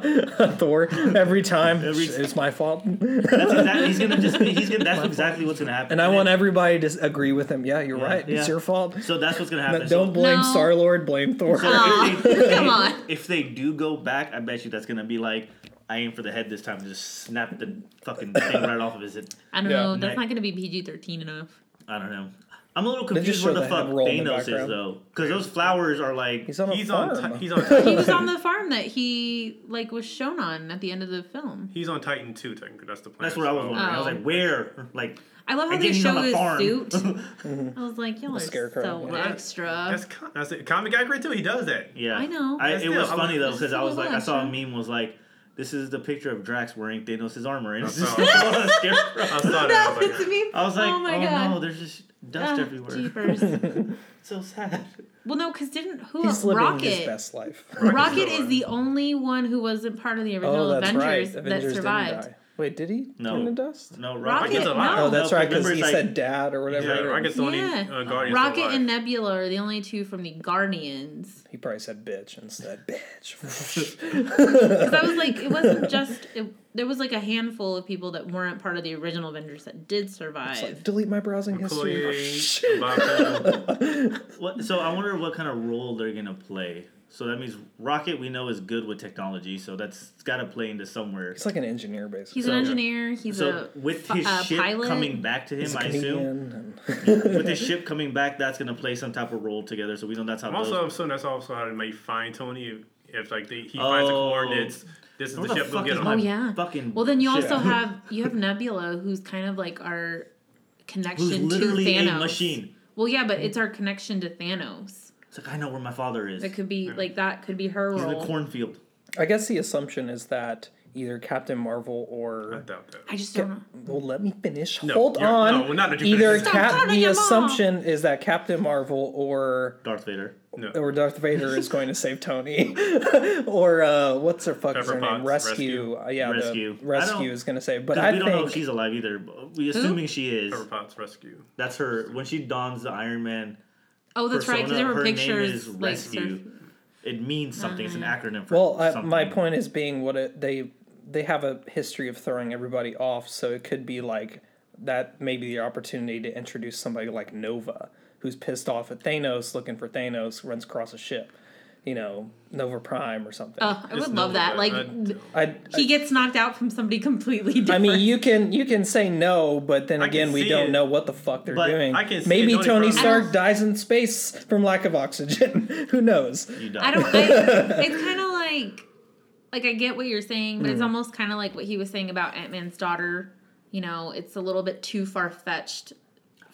S1: Thor, every time.
S4: Every-
S1: it's my fault.
S4: That's exactly. He's gonna just. Be, he's gonna. That's exactly what's gonna happen.
S1: And I want
S4: then-
S1: everybody to s- agree with him. Yeah, you're right. It's
S4: yeah.
S1: your fault.
S4: So that's what's gonna happen.
S1: No,
S4: So-
S1: don't blame
S3: No.
S1: Star Lord, blame Thor.
S4: So if they- if they-
S3: Come on.
S4: If they do go back, I bet you that's gonna be like, I aim for the head this time and just snap the fucking thing right off of his head.
S3: I don't
S1: Yeah.
S3: know. That's
S4: Nah.
S3: not going to be PG thirteen enough.
S4: I don't know. I'm a little
S1: just
S4: confused
S1: show
S4: where the
S1: the
S4: fuck
S1: head roll in the
S4: Thanos is
S1: background.
S4: though, because those flowers are like.
S1: He's on a
S5: He's on.
S1: farm.
S5: Ti- he's on. Titan.
S3: He was on the farm that he like was shown on at the end of the film.
S5: He's on Titan too. Technically, that's the plan.
S4: That's where I was
S5: So-
S4: wondering. I was
S3: Oh.
S4: like, where? Like,
S3: I love how
S4: Again,
S3: they
S4: he's
S3: show
S4: on a
S3: his
S4: farm.
S3: suit. I was like, y'all are
S1: scarecrow,
S3: so
S1: yeah.
S5: Well, that's-
S3: extra.
S5: That's con- that's it. Comic accurate too. He does that.
S4: yeah,
S3: I know.
S4: I,
S5: But
S4: it
S5: still,
S4: was
S5: I was-
S4: funny though because I was
S3: Still
S4: like, I saw a
S3: watching.
S4: meme was like, this is the picture of Drax wearing Thanos' armor, and it's
S5: I
S4: just
S5: saw it.
S4: a scarecrow.
S5: I saw that.
S3: no,
S5: I was like,
S3: it's me.
S4: I was like,
S3: oh
S4: oh,
S3: my god,
S4: no, there's just dust
S3: Ah,
S4: everywhere.
S3: jeepers.
S4: So sad.
S3: well, no, because didn't who
S1: He's living his
S3: Rocket?
S1: best life.
S3: Rocket
S5: Still
S3: is the only one who wasn't part of the original
S1: Oh, that's right.
S3: Avengers,
S1: Avengers
S3: that survived.
S1: Didn't die. Wait, did he
S4: No.
S1: turn to dust?
S4: No,
S3: Rocket,
S5: Rocket's
S3: no.
S5: alive.
S1: Oh, that's
S4: No,
S1: right, because
S4: remember
S1: he
S4: it's
S1: said dad or whatever.
S5: yeah, Rocket's the only uh,
S3: yeah,
S5: Guardian.
S3: Rocket and Nebula are the only two from the Guardians.
S1: He probably said bitch instead. Bitch.
S3: Because I was like, it wasn't just it, there was like a handful of people that weren't part of the original Avengers that did survive.
S1: It's like, delete my browsing history.
S5: Chloe, Bob Hope.
S4: What, so I wonder what kind of role they're gonna play. So that means Rocket, we know, is good with technology. So that's got to play into somewhere.
S1: He's like an engineer, basically.
S3: he's an engineer. He's
S4: So
S3: a
S4: with
S3: fi-
S4: his
S3: a
S4: ship
S3: pilot.
S4: coming back to him,
S1: He's a
S4: I assume
S1: comedian
S4: with his ship coming back, that's gonna play some type of role together. So we know that's how.
S5: I'm also
S4: those,
S5: assuming that's also how they may find Tony if, if like they, he finds the
S4: Oh.
S5: coordinates. This is
S4: Where
S5: the ship. Go
S4: fuck
S5: get
S4: is
S5: him.
S4: my
S3: Oh, yeah.
S4: Fucking.
S3: Well, then you
S4: ship?
S3: also have you have Nebula, who's kind of like our connection
S4: Who's
S3: to
S4: literally a
S3: Thanos.
S4: machine.
S3: Well, yeah, but it's our connection to Thanos.
S4: It's like I know where my father is.
S3: That could be like that could be her
S4: He's in
S3: role.
S4: the cornfield.
S1: and- I guess the assumption is that either Captain Marvel or
S5: I doubt that.
S3: I just don't. know.
S1: Well, let me finish.
S5: No,
S1: Hold
S5: you're-
S1: on.
S5: no, not that you
S1: Either
S5: finish. Stop
S1: Cap.
S3: calling
S1: The
S3: your mom.
S1: assumption is that Captain Marvel or
S4: Darth Vader.
S5: No.
S1: or Darth Vader is going to save Tony, or uh, what's her fuck is
S5: Pepper
S1: her name?
S5: Potts,
S1: Rescue.
S5: Rescue.
S1: Uh, yeah,
S4: Rescue.
S1: The
S4: I don't-
S1: rescue is going to save. But
S4: 'Cause
S1: I
S4: we
S1: think
S4: don't know if she's alive either. But we assuming she is.
S5: Pepper Potts rescue.
S4: That's her when she dons the Iron Man
S3: Oh, that's right. Because
S4: persona,
S3: there were
S4: her name
S3: pictures.
S4: is
S3: like,
S4: Rescue.
S3: surf-
S4: It means something. It's an acronym for
S1: well, uh,
S4: something.
S1: my point is being what it, they they have a history of throwing everybody off, so it could be like that. Maybe the opportunity to introduce somebody like Nova, who's pissed off at Thanos, looking for Thanos, runs across a ship. You know, Nova Prime or something.
S3: Oh, I
S5: It's
S3: would
S5: no
S3: love that. Like
S5: good. I don't know.
S1: I
S3: he gets knocked out from somebody completely different.
S1: I mean, you can you can say no, but then
S5: I can
S1: again, we
S5: see
S1: don't
S5: it.
S1: know what the fuck they're
S4: But
S1: doing.
S5: I can see
S1: Maybe
S5: it. The
S1: Tony
S5: only problem-
S1: Stark
S3: I-
S1: dies in space from lack of oxygen. Who knows?
S4: You die.
S3: I don't. I, it's kind of like, like I get what you're saying, but it's
S4: Mm.
S3: almost kind of like what he was saying about Ant Man's daughter. You know, it's a little bit too far fetched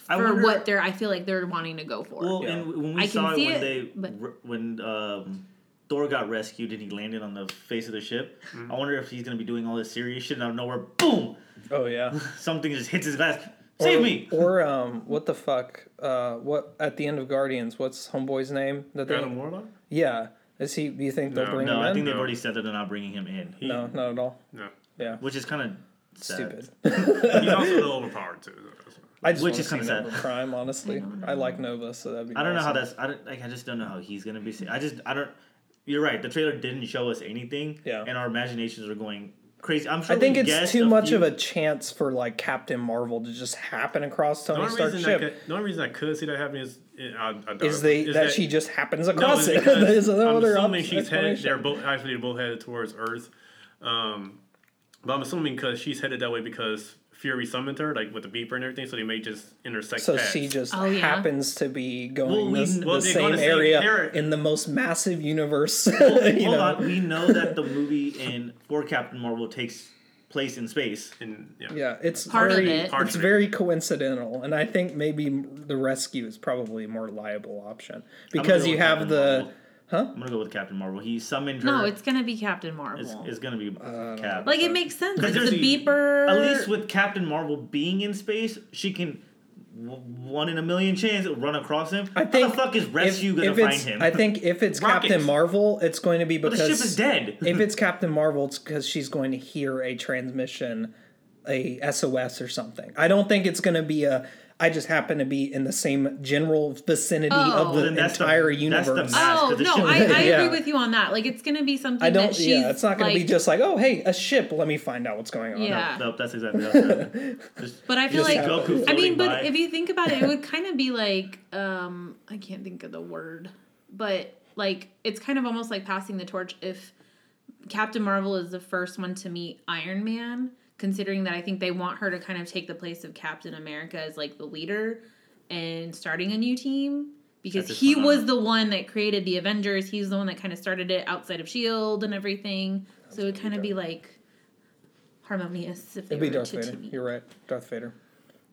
S4: I
S3: for
S4: wonder-
S3: what they're. I feel like they're wanting to go for.
S4: Well,
S1: Yeah.
S4: and when we
S3: I can
S4: saw it
S3: see
S4: when
S3: it,
S4: they
S3: but-
S4: re- when um, Thor got rescued and he landed on the face of the ship,
S1: Mm-hmm.
S4: I wonder if he's gonna be doing all this serious shit and out of nowhere, boom,
S1: Oh yeah.
S4: something just hits his glass. Save
S1: or,
S4: me!
S1: Or um, what the fuck? Uh, what at the end of Guardians? What's Homeboy's name? That they
S5: Adam Warlock?
S1: yeah. Is he? Do you think they'll
S5: No.
S1: bring
S4: No,
S1: him
S4: I
S1: in?
S4: think they've
S5: No.
S4: already said that they're not bringing him in. He-
S1: no, not at all.
S5: No.
S1: Yeah,
S4: which is kind of
S1: stupid.
S5: He's also a little overpowered too. so that's-
S1: I just
S4: Which
S1: want
S4: is
S1: to see
S4: kinda sad.
S1: Nova Prime. Honestly, I, like Nova, so that'd be.
S4: I don't know how
S1: awesome.
S4: that's. I don't, like. I just don't know how he's gonna be. sa- I just. I don't. You're right. The trailer didn't show us anything.
S1: Yeah.
S4: And our imaginations are going. crazy. I'm sure
S1: I think
S4: we
S1: it's
S4: guessed
S1: too much
S4: few-
S1: of a chance for like Captain Marvel to just happen across
S5: The
S1: Tony
S5: only,
S1: Stark's
S5: reason I
S1: ship.
S5: could, the only reason I could see that happening is I, I doubt
S1: is
S5: it.
S1: they that, she just happens across it. There's no
S5: I'm
S1: other
S5: assuming
S1: op-
S5: she's headed.
S1: explanation.
S5: They're both actually they're both headed towards Earth, um, but I'm assuming because she's headed that way because Fury summoned her, like with the beeper and everything. So they may just intersect.
S1: So
S5: paths.
S1: she just
S3: Oh, yeah.
S1: happens to be
S4: Well,
S1: going
S4: we-
S1: this,
S4: well,
S1: the
S5: they go
S1: same
S5: to same
S1: area
S5: area.
S1: in the most massive universe. you
S4: Hold
S1: know.
S4: on, we know that the movie in for Captain Marvel takes place in space.
S5: And, yeah.
S1: Yeah, it's
S3: Part of
S1: very,
S3: it. Part
S5: of
S1: It's
S5: it.
S1: very coincidental, and I think maybe the rescue is probably a more liable option
S4: I'm gonna
S1: because
S4: go
S1: you
S4: with
S1: have
S4: Captain
S1: the.
S4: Marvel. I'm gonna go with Captain Marvel. He summoned her.
S3: No, it's gonna be Captain Marvel.
S4: it's, it's gonna be Cap.
S3: like it makes sense. It's
S5: there's
S3: a
S5: the-
S3: beeper.
S4: At least with Captain Marvel being in space, she can w- one in a million chance run across him.
S1: I think
S4: How the fuck is
S1: if-
S4: rescue
S1: if
S4: gonna
S1: it's-
S4: find him?
S1: I think if it's Captain
S4: Rockets.
S1: Marvel, it's going to be
S4: the
S1: because
S4: ship is dead.
S1: if it's Captain Marvel, it's because she's going to hear a transmission, a SOS or something. I don't think it's going to be a. I just happen to be in the same general vicinity
S3: Oh.
S1: of
S3: Well,
S1: the
S4: then that's the-
S1: entire
S4: that's the
S1: universe.
S4: math.
S3: Oh
S4: Because it's
S3: no,
S4: showing-
S3: I, I
S1: Yeah.
S3: agree with you on that. Like it's gonna be something
S1: I don't.
S3: that she's
S1: Yeah, it's not going
S3: like,
S1: to be just like, oh, hey, a ship. Let me find out what's going on.
S3: Yeah.
S4: Nope, that's exactly how it happened. Just-
S3: But I feel
S4: just
S3: like
S4: Goku
S3: I mean,
S4: floating
S3: but
S4: by.
S3: if you think about it, it would kind of be like um I can't think of the word, but like it's kind of almost like passing the torch if Captain Marvel is the first one to meet Iron Man, considering that I think they want her to kind of take the place of Captain America as like the leader and starting a new team because
S4: Check this
S3: he
S4: one
S3: was
S4: out.
S3: the one that created the Avengers. He's the one that kind of started it outside of Shield E and everything. So it would kind of be like harmonious if they
S1: It'd be
S3: were
S1: Darth
S3: to,
S1: Vader.
S3: to meet.
S1: You're right, Darth Vader.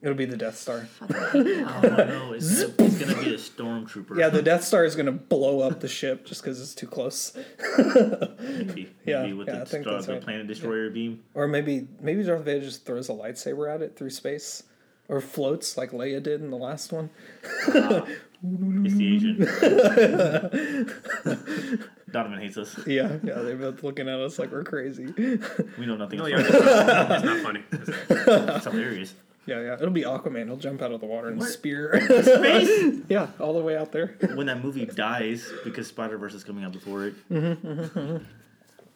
S1: It'll be the Death Star.
S4: Oh, no, it's, it's gonna be a stormtrooper.
S1: Yeah, the Death Star is gonna blow up the ship just because it's too close.
S4: maybe,
S1: yeah,
S4: maybe with
S1: yeah, I
S4: the,
S1: think
S4: star,
S1: that's
S4: the
S1: right.
S4: planet destroyer beam.
S1: Or maybe maybe Darth Vader just throws a lightsaber at it through space, or floats like Leia did in the last one.
S4: It's the Asian. Donovan hates us.
S1: Yeah, yeah, they're both looking at us like we're crazy. yeah,
S4: We know nothing.
S5: No,
S4: is
S5: Oh, yeah,
S4: funny.
S5: it's not, it's not funny. It's not-
S4: It's hilarious.
S1: yeah, it'll be Aquaman. He'll jump out of the water and
S4: What?
S1: spear.
S4: Space.
S1: yeah, all the way out there.
S4: when that movie dies because Spider Verse is coming out before it.
S1: Mm-hmm,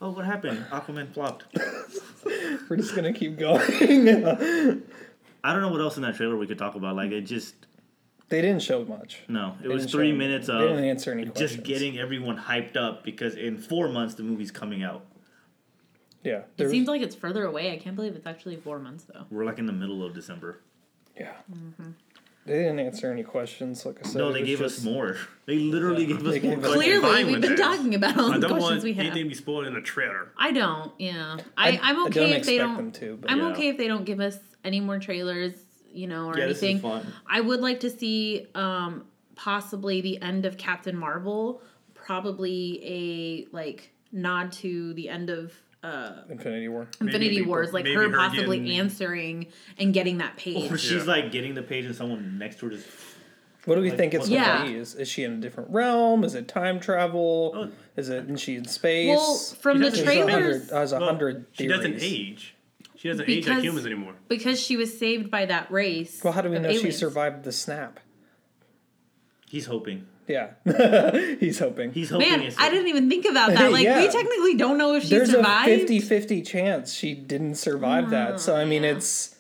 S4: oh, what happened? Aquaman flopped.
S1: We're just gonna keep going.
S4: I don't know what else in that trailer we could talk about. Like it just
S1: They didn't show much.
S4: no. It was
S1: didn't show
S4: three
S1: any-
S4: minutes
S1: they
S4: of
S1: didn't answer any
S4: just
S1: questions.
S4: getting everyone hyped up because in four months the movie's coming out.
S1: Yeah,
S3: It
S1: there
S3: seems like it's further away. I can't believe it's actually four months though.
S4: We're like in the middle of December.
S1: yeah.
S3: Mm-hmm.
S1: They didn't answer any questions. Like I said,
S4: No,
S1: it
S4: they
S1: was
S4: gave
S1: just-
S4: us more. They literally gave
S1: They
S4: us more.
S1: gave us-
S4: questions.
S3: Clearly,
S5: fine
S3: we've
S5: with
S3: been
S5: that.
S3: talking about all
S5: I
S3: the
S5: don't
S3: questions
S5: want
S3: we
S5: anything to
S3: have.
S5: be spoiled in a trailer.
S3: I don't. Yeah, I, I,
S1: I
S3: am okay
S1: don't
S3: if they
S1: expect
S3: don't.
S1: them to, but-
S3: I'm
S4: Yeah.
S3: okay if they don't give us any more trailers, you know, or
S4: Yeah, this is
S3: anything.
S4: fun.
S3: I would like to see um, possibly the end of Captain Marvel, probably a like nod to the end of uh,
S1: Infinity War.
S3: Infinity
S5: people-
S3: Wars, like
S5: maybe
S3: her
S5: her
S3: possibly
S5: getting-
S3: answering and getting that page.
S4: Where she's
S5: Yeah.
S4: like getting the page and someone next to her just
S1: What do we think it's
S4: what
S3: the-
S1: going to be? Is, is she in a different realm? Is it time travel?
S4: Oh.
S1: Is it is she in space?
S3: well, from the
S5: She
S1: There's a hundred-
S3: trailers,
S5: doesn't-
S1: there's a
S5: Well,
S1: hundred
S5: she doesn't
S1: theories.
S5: age. She doesn't age
S3: Because-
S5: like humans anymore.
S3: because she was saved by that race.
S1: Well, how do we
S3: of
S1: know she
S3: aliens.
S1: survived the snap?
S4: he's hoping.
S1: Yeah, he's hoping.
S4: He's hoping
S3: Man,
S4: it's
S3: I didn't even think about that. Like, we
S1: Yeah.
S3: technically don't know if she
S1: There's
S3: survived.
S1: a 50-50 chance she didn't survive that. So I mean, it's.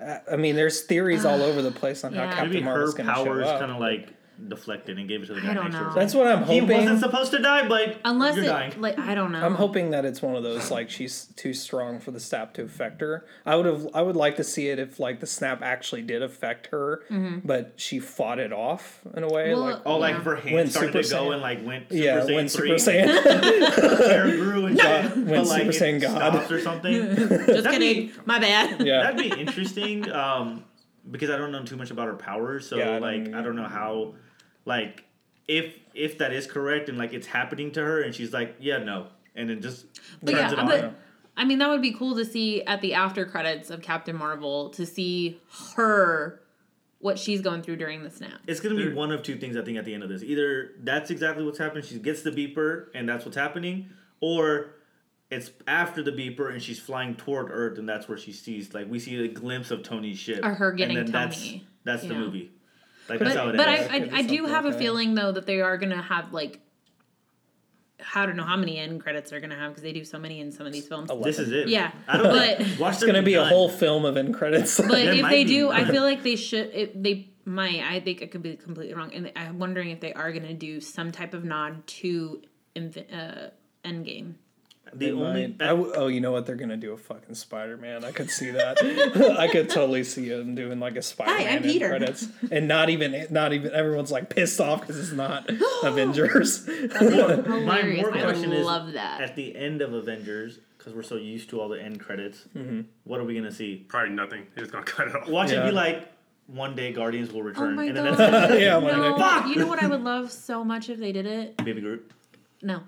S1: uh, I- I mean, there's theories all over the place on
S3: Yeah.
S1: how
S4: maybe
S1: Captain
S4: her
S1: Marvel's going to show
S4: powers
S1: up.
S4: kinda like deflected and gave it to the
S3: I
S4: guy
S3: don't
S4: next to
S3: know.
S4: her.
S1: That's what I'm
S4: He
S1: hoping.
S4: wasn't supposed to die, Blake.
S3: Unless
S4: You're
S3: it,
S4: dying.
S3: like, I don't know.
S1: I'm hoping that it's one of those like she's too strong for the snap to affect her. I would have I would like to see it if like the snap actually did affect her, but she fought it off in a way.
S3: Mm-hmm. Well,
S1: like
S4: Oh, like
S3: Yeah.
S4: if her hand
S1: Went
S4: started
S1: Super
S4: to go
S1: Saiyan.
S4: and like went Super
S1: yeah,
S4: Saiyan
S1: when
S4: 3,
S1: Super Saiyan.
S4: hair grew and shit,
S1: when
S4: but like
S1: Super
S4: it
S1: Saiyan God.
S4: stopped or something.
S3: Just
S4: that'd
S3: kidding. My bad.
S1: yeah,
S4: That'd be interesting, um, because I don't know too much about her powers, so
S1: Yeah, I don't
S4: like
S1: either.
S4: I don't know how, like if if that is correct and like it's happening to her and she's like yeah no and then just
S3: But yeah,
S4: turns it on.
S3: but I mean, that would be cool to see at the after credits of Captain Marvel to see her, what she's going through during the snap.
S4: It's gonna be one of two things I think at the end of this. Either that's exactly what's happening, she gets the beeper and that's what's happening, or it's after the beeper and she's flying toward Earth and that's where she sees like we see a glimpse of Tony's ship.
S3: Or her getting
S4: and then
S3: Tony.
S4: That's, that's the
S3: Yeah.
S4: movie. Like that's how
S3: But,
S4: it
S3: but
S4: ends.
S3: I, I,
S1: Could be
S3: I do
S1: something
S3: have a
S1: like that.
S3: feeling, though, that they are going to have, like, I don't know how many end credits they're gonna have because they do so many in some of these films.
S4: This is it.
S3: Yeah,
S4: I don't
S3: but-
S4: watch
S1: It's gonna be a whole film of end credits.
S3: But
S4: There
S3: if
S4: might
S3: they
S4: be.
S3: do, I feel like they should. It, they might. I think I could be completely wrong, and I'm wondering if they are going to do some type of nod to Infi- uh, Endgame.
S4: The only
S1: I w- oh, you know what? They're gonna do a fucking Spider Man. I could see that. I could totally see them doing like a Spider Man end
S3: Peter.
S1: credits, and not even not even everyone's like pissed off because it's not Avengers. They're
S4: my
S3: Hilarious.
S4: more
S3: I
S4: question is
S3: love that.
S4: at the end of Avengers because we're so used to all the end credits. What are we gonna see?
S5: Probably nothing. They're just gonna cut it off.
S4: Watch it
S1: Mm-hmm. Yeah.
S4: be like one day Guardians will return,
S3: Oh my
S4: and then
S3: God.
S4: that's
S1: Yeah, I'm
S3: no,
S1: like,
S3: you know what I would love so much if they did it.
S4: Baby Groot.
S3: No,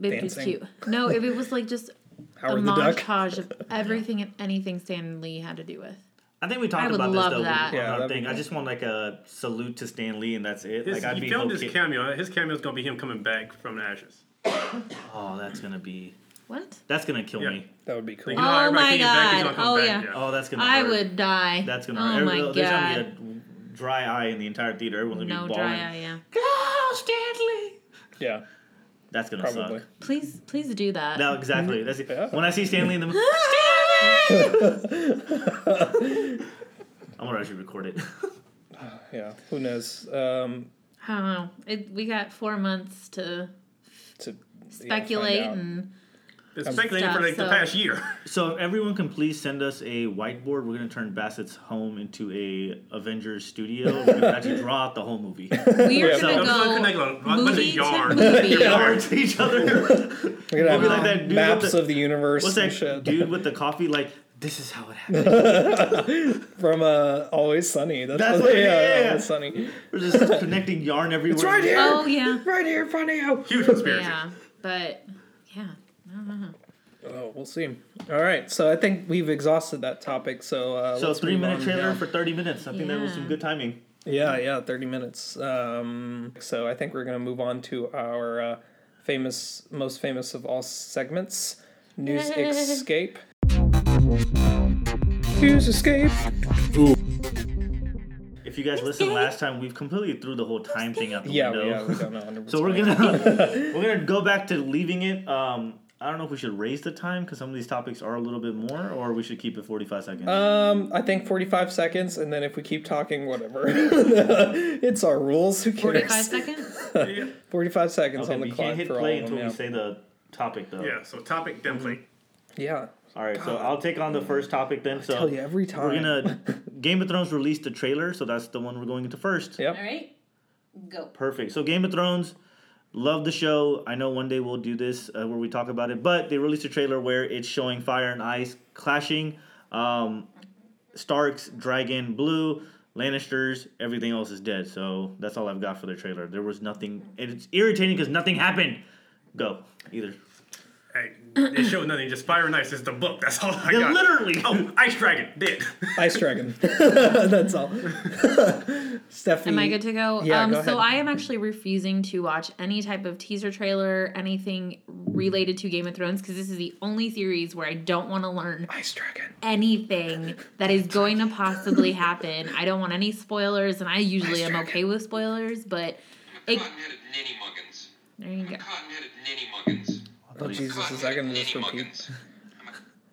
S3: Baby was
S1: Dancing.
S3: cute. No, if it was like just a
S1: Howard the Duck.
S3: montage of everything and anything Stan Lee had to do with.
S4: I think we talked
S3: I would
S4: about this
S3: love
S4: though.
S3: that.
S4: on
S1: Yeah,
S4: our
S1: that'd be
S4: thing. I
S1: cool.
S4: just want like a salute to Stan Lee, and that's it.
S5: His,
S4: like I'd
S5: he
S4: be
S5: filmed his
S4: okay.
S5: cameo. His cameo is gonna be him coming back from the ashes.
S4: Oh, that's gonna be
S3: What?
S4: that's gonna kill
S5: Yeah.
S4: me.
S1: that would be cool.
S5: You know how
S3: Oh
S5: everybody
S3: my
S5: came back, he's
S3: God.
S5: gonna come
S3: Oh,
S5: back,
S3: yeah.
S5: yeah.
S4: Oh, that's gonna.
S3: I
S4: hurt.
S3: would die.
S4: That's gonna.
S3: Oh
S4: hurt.
S3: my
S4: Every- There's gonna
S3: god.
S4: be a dry eye in the entire theater. Everyone's gonna
S3: No
S4: be bawling. Oh,
S3: dry eye. Yeah.
S4: Go, Stanley.
S1: Yeah,
S4: That's gonna
S1: probably.
S4: suck.
S3: Please, please do that.
S4: No, exactly. That's
S1: Yeah.
S4: when I see Stanley in the. I'm gonna actually record it.
S1: Yeah, who knows? Um,
S3: I don't know. It, we got four months to
S1: to yeah,
S3: speculate
S1: find out.
S3: and
S5: It's speculating
S3: Stuff,
S5: for like
S3: so-
S5: the past year.
S4: So if everyone can please send us a whiteboard, we're gonna turn Bassett's home into a Avengers studio. We're gonna actually draw out the whole movie.
S3: we are
S1: Yeah,
S3: gonna
S5: I'm just gonna connect
S3: go
S5: a bunch of
S3: movie to
S5: yarn.
S3: movie.
S4: Yards to each other.
S1: We're gonna have
S4: We'll be like that dude with
S1: maps
S4: the-
S1: of the universe
S4: What's
S1: and
S4: that
S1: shit
S4: dude with the coffee? Like this is how it happened.
S1: from uh, Always Sunny. That's,
S4: That's what it is.
S1: Always Sunny.
S4: We're just connecting yarn everywhere.
S1: It's right here,
S3: Oh yeah,
S1: right here, in front of you.
S5: Huge conspiracy.
S3: yeah. But yeah, I don't know.
S1: Oh, we'll see. All right, so I think we've exhausted that topic. So, uh,
S4: So
S1: let's
S4: three
S1: move
S4: minute
S1: on
S4: trailer
S1: now.
S4: for thirty minutes. I think that was
S3: Yeah.
S4: some good timing.
S1: Yeah, yeah, thirty minutes. Um, so I think we're gonna move on to our uh, famous, most famous of all segments, news escape. News escape.
S4: If you guys listened last time, we've completely threw the whole time thing out the
S1: Yeah,
S4: window.
S1: we- yeah, we don't know. 100%.
S4: So we're gonna we're gonna go back to leaving it. Um, I don't know if we should raise the time because some of these topics are a little bit more, or we should keep it forty five seconds.
S1: Um, I think forty-five seconds, and then if we keep talking, whatever. it's our rules. Who cares?
S3: Forty-five seconds.
S5: Yeah.
S1: 45 seconds
S4: okay,
S1: on the
S4: we
S1: clock
S4: can't hit
S1: for all
S4: play
S1: of
S4: until
S1: them.
S4: we
S1: Yeah.
S4: say the topic though.
S5: Yeah, so
S3: Mm-hmm.
S5: topic then play.
S1: yeah.
S4: All right, so I'll take on the first topic then. So
S1: Tell you every time.
S4: we're gonna Game of Thrones released the trailer, so that's the one we're going into first.
S1: Yep.
S3: All right, go.
S4: Perfect. So Game of Thrones, love the show. I know one day we'll do this uh, where we talk about it, but they released a trailer where it's showing fire and ice clashing. Um, Stark's dragon blue, Lannisters, everything else is dead. So that's all I've got for the trailer. There was nothing, and it's irritating because nothing happened. Go either.
S5: Hey, it showed nothing. Just Fire and Ice is the book. That's all I
S4: Yeah,
S5: got.
S4: literally.
S5: Oh, Ice Dragon dead.
S1: Ice Dragon. That's all. Stephanie.
S3: Am I good to go?
S1: Yeah,
S3: um,
S1: go ahead.
S3: So I am actually refusing to watch any type of teaser trailer, anything related to Game of Thrones, because this is the only series where I don't want to learn
S1: Ice Dragon.
S3: anything that is going to possibly happen. I don't want any spoilers, and I usually am okay with spoilers, but it,
S6: Cotton-headed ninny muggins.
S3: there you go.
S6: Cotton-headed ninny muggins.
S1: Oh, Jesus. Is that going to just
S6: Cotton-headed ninny
S1: repeat?
S6: muggins.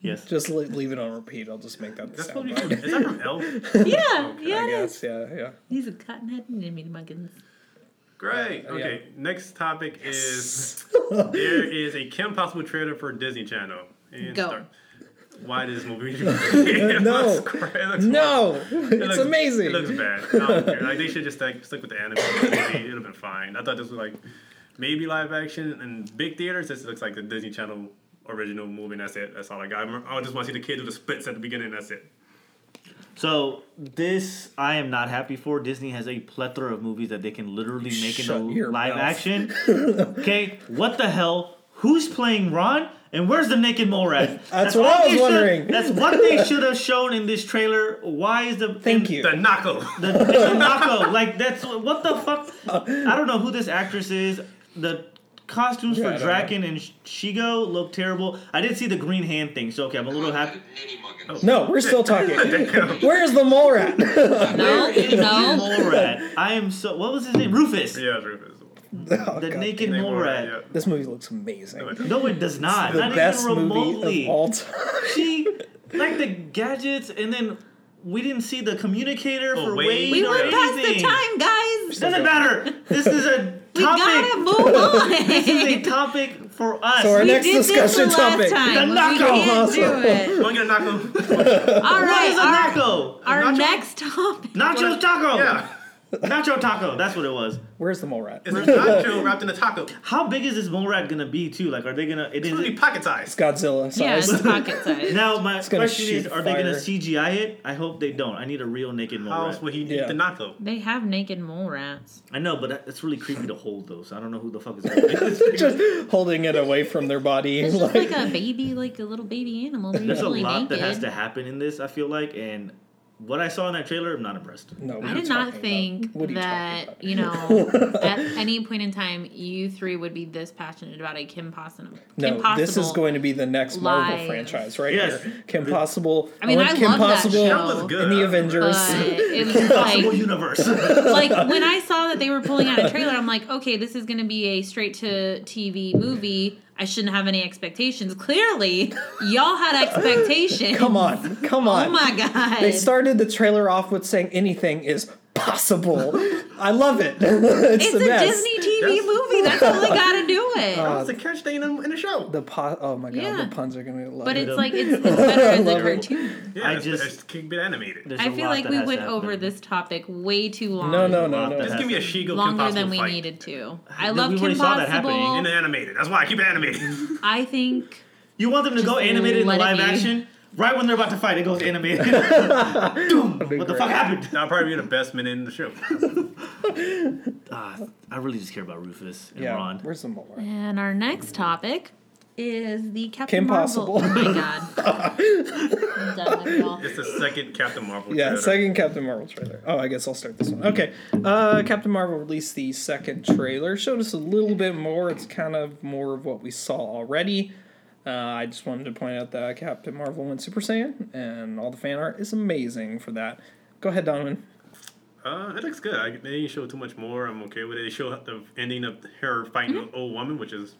S4: Yes.
S1: Just le- leave it on repeat. I'll just make that the
S5: That's what
S1: sound
S5: you
S1: bite.
S5: Is that from Elf?
S3: Yeah, yeah,
S1: I
S3: it is.
S1: guess. Yeah, yeah.
S3: He's a cottonhead and enemy muggins.
S5: Great.
S1: Yeah.
S5: Okay, next topic is there is a Kim Possible trailer for Disney Channel. And
S3: Go.
S5: Why this movie? It
S1: No.
S5: looks great. It looks
S1: No!
S5: It
S1: It's
S5: looks-
S1: amazing.
S5: It looks bad. I don't care. Like they should just like stick with the anime. movie. It'll been fine. I thought this was like maybe live action and big theaters. This looks like the Disney Channel original movie. And that's it. That's all I got. I remember- I just want to see the kids with the splits at the beginning. That's it.
S4: So this I am not happy for. Disney has a plethora of movies that they can literally make
S1: Shut
S4: into
S1: your
S4: live
S1: mouth.
S4: action. okay, what the hell? Who's playing Ron? And where's the naked mole rat?
S1: That's what
S4: all
S1: I was
S4: they should-
S1: wondering.
S4: That's what they should have shown in this trailer. Why is the
S1: Thank you.
S5: The Knuckle.
S4: the, the Nako? Like that's what the fuck? I don't know who this actress is. The costumes
S1: Yeah, I
S4: for
S1: don't
S4: Draken and Shigo look terrible. I did see the green hand thing, so okay, I'm a little happy.
S6: Cotton-headed ninny muggins.
S1: No, we're still talking. Where's the mole rat? Oh,
S3: No, no.
S4: Mole rat. I am so. What was his name? Rufus.
S5: yeah, it's Rufus.
S1: Oh,
S4: The
S1: God.
S4: naked
S5: Name
S4: mole
S5: all
S4: rat.
S5: right, yeah.
S1: This movie looks amazing.
S4: No, it does not.
S1: the
S4: not
S1: best
S4: even remotely.
S1: movie of all time.
S4: she like the gadgets, and then we didn't see the communicator
S5: Oh,
S4: for
S5: Wade.
S4: Wade.
S3: We
S4: or
S3: went past the
S4: anything.
S3: time, guys.
S4: Doesn't matter. This is a
S3: We gotta
S4: topic.
S3: move on.
S4: This is a topic for us.
S1: So our
S3: we
S1: next
S3: did
S1: discussion
S3: this the
S1: topic.
S3: last time.
S4: The
S3: we
S4: knockout
S3: can't do it.
S5: Wanna get a knock on?
S3: All
S4: What is a
S3: right, our,
S4: taco?
S3: our
S5: Nacho?
S3: next topic.
S4: Nacho taco.
S5: Yeah.
S4: Nacho taco. That's what it was.
S1: Where's the mole rat?
S5: It's a nacho wrapped in a taco. It's
S4: How big is this mole rat gonna be too? Like, are they gonna? It is.
S5: really pocket sized.
S1: Godzilla
S3: Yeah,
S1: size.
S3: it's pocket size.
S4: Now my
S1: gonna
S4: question is,
S1: shoot
S4: are they gonna
S1: fire.
S4: CGI it? I hope they don't. I need a real naked mole
S5: How
S4: rat.
S5: else would he eat
S1: Yeah.
S5: the nacho?
S3: They have naked mole rats.
S4: I know, but that, it's really creepy to hold though. So I don't know who the fuck is. Gonna
S1: Just holding it away from their body.
S3: It's just
S1: like,
S3: like a baby, like a little baby animal. They're
S4: There's a
S3: usually
S4: lot
S3: naked.
S4: that has to happen in this. I feel like, and what I saw in that trailer, I'm not impressed.
S1: no, what
S3: I
S1: are you
S3: did not
S1: talking
S3: think
S1: about? What are you talking
S3: that
S1: about?
S3: you know at any point in time you three would be this passionate about a Kim Possible. Kim
S1: No, this is
S3: Possible.
S1: going to be the next Marvel
S3: live.
S1: franchise right
S4: Yes.
S1: here. Kim Possible.
S3: I mean,
S1: want
S3: I
S1: Kim
S3: love that
S1: Possible
S3: show.
S5: That was good.
S1: in the Avengers.
S3: But it was
S4: Possible
S3: like,
S4: universe.
S3: like when I saw that they were pulling out a trailer, I'm like, okay, this is going to be a straight to TV movie. I shouldn't have any expectations. Clearly, y'all had expectations.
S1: come on, come on.
S3: Oh my god.
S1: They started the trailer off with saying anything is possible. I love it. it's,
S3: it's
S1: the
S3: a
S1: best.
S3: Disney TV movie. That's how they got to do it.
S4: Uh,
S5: That's the catch thing in the, in the show.
S1: The po- oh my god,
S3: Yeah.
S1: the puns are gonna be love
S3: but
S1: it.
S3: it's like it's, it's better as a
S1: Love it.
S3: cartoon.
S5: Yeah,
S4: I
S5: it's,
S4: just-
S5: it's keep it animated.
S4: There's
S3: I
S4: a
S3: feel
S4: lot
S3: like
S4: that
S3: we
S4: has to
S3: went
S4: happen.
S3: over this topic way too long.
S1: no, no, no,
S4: Lot
S1: no.
S4: that
S5: Just give me a Shigo Kim
S3: Longer
S5: Possible
S3: than we
S5: fight.
S3: needed to. I
S4: Then
S3: love
S4: we
S3: Kim
S4: already saw that
S5: And
S3: Possible.
S4: happening.
S5: animated. That's why I keep it animated.
S3: I think
S4: You want them to go
S3: Just
S4: animated in
S3: let it
S4: live
S3: be.
S4: action? Right when they're about to fight, it goes animated. Doom. What the
S1: great.
S4: fuck happened?
S5: That'll probably be the best minute in the show.
S4: Ah, I really just care about Rufus and
S1: yeah,
S4: Ron.
S1: where's the mole rat?
S3: And our next topic is the Captain
S1: Kim
S3: Marvel.
S1: Possible.
S3: Oh my god. I'm done with y'all.
S5: It's the second Captain Marvel.
S1: Yeah,
S5: trailer.
S1: second Captain Marvel trailer. Oh, I guess I'll start this one. Okay, uh, Captain Marvel released the second trailer. Showed us a little bit more. It's kind of more of what we saw already. Uh, I just wanted to point out that Captain Marvel went Super Saiyan, and all the fan art is amazing for that. Go ahead, Donovan.
S5: Uh, it looks good. I, they didn't show too much more. I'm okay with it. They show the ending of her fighting the old woman, which is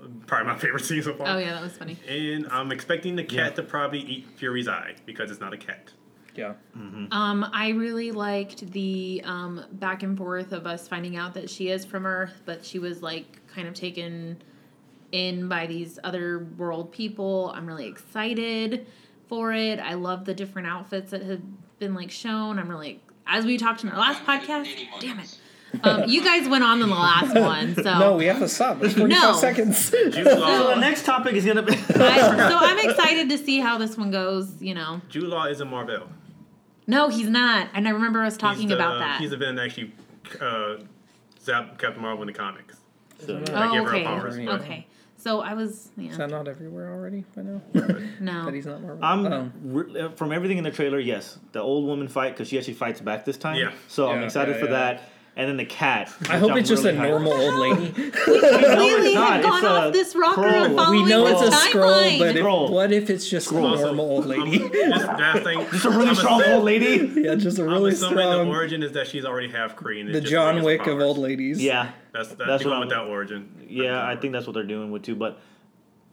S5: uh, probably my favorite scene so far.
S3: Mm-hmm. Oh yeah, that was funny.
S5: And I'm expecting the cat to probably eat Fury's eye because it's not a cat.
S1: Yeah,
S3: Um, I really liked the um, back and forth of us finding out that she is from Earth, but she was like kind of taken in by these other world people. I'm really excited for it. I love the different outfits that have been like shown. I'm really as we talked in our last podcast. Damn it, um, you guys went on in the last one, so
S1: No, we have to stop. It's 45
S3: No.
S1: seconds.
S5: Jude
S4: So
S3: Oh.
S5: Law,
S4: the next topic is gonna be.
S3: I, so I'm excited to see how this one goes. You know,
S5: Jude Law is a Marvel.
S3: no, he's not, and I remember us talking
S5: he's the,
S3: about that.
S5: He's the villain that actually uh, zapped Captain Marvel in the comics.
S4: So,
S3: oh,
S5: I gave her
S3: okay,
S5: powers, but-
S3: okay. So I was yeah.
S1: Is that not everywhere already by now?
S3: No.
S1: that he's not Marvel.
S4: I'm
S1: Um,
S4: re- uh, from everything in the trailer. Yes, the old woman fight because she actually fights back this time.
S5: Yeah.
S4: So I'm
S1: Yeah,
S4: excited
S1: yeah,
S4: for
S1: yeah.
S4: that. And then the cat.
S1: I hope it's just a normal old lady.
S3: Clearly
S4: not.
S3: have gone
S4: It's a
S3: off this rocker
S4: scroll.
S3: and following
S1: We know
S3: his
S1: it's a scroll,
S3: Oh, timeline.
S1: but if,
S4: Scroll.
S1: what if it's just a
S5: Also,
S1: normal old
S5: I'm-
S1: lady?
S5: Just that thing.
S4: It's a really
S5: I'm
S4: strong
S5: assuming-
S4: old lady.
S1: yeah, just a
S5: I'm
S1: really
S5: assuming the
S1: strong.
S5: origin is that she's already half Korean. and
S1: The
S5: just
S1: John
S5: has
S1: Wick of
S5: powers.
S1: old ladies.
S4: Yeah.
S5: That's that's,
S4: That's
S5: the
S4: what
S5: one with
S4: I'm-
S5: that origin.
S4: Yeah, I think that's what they're doing with too. But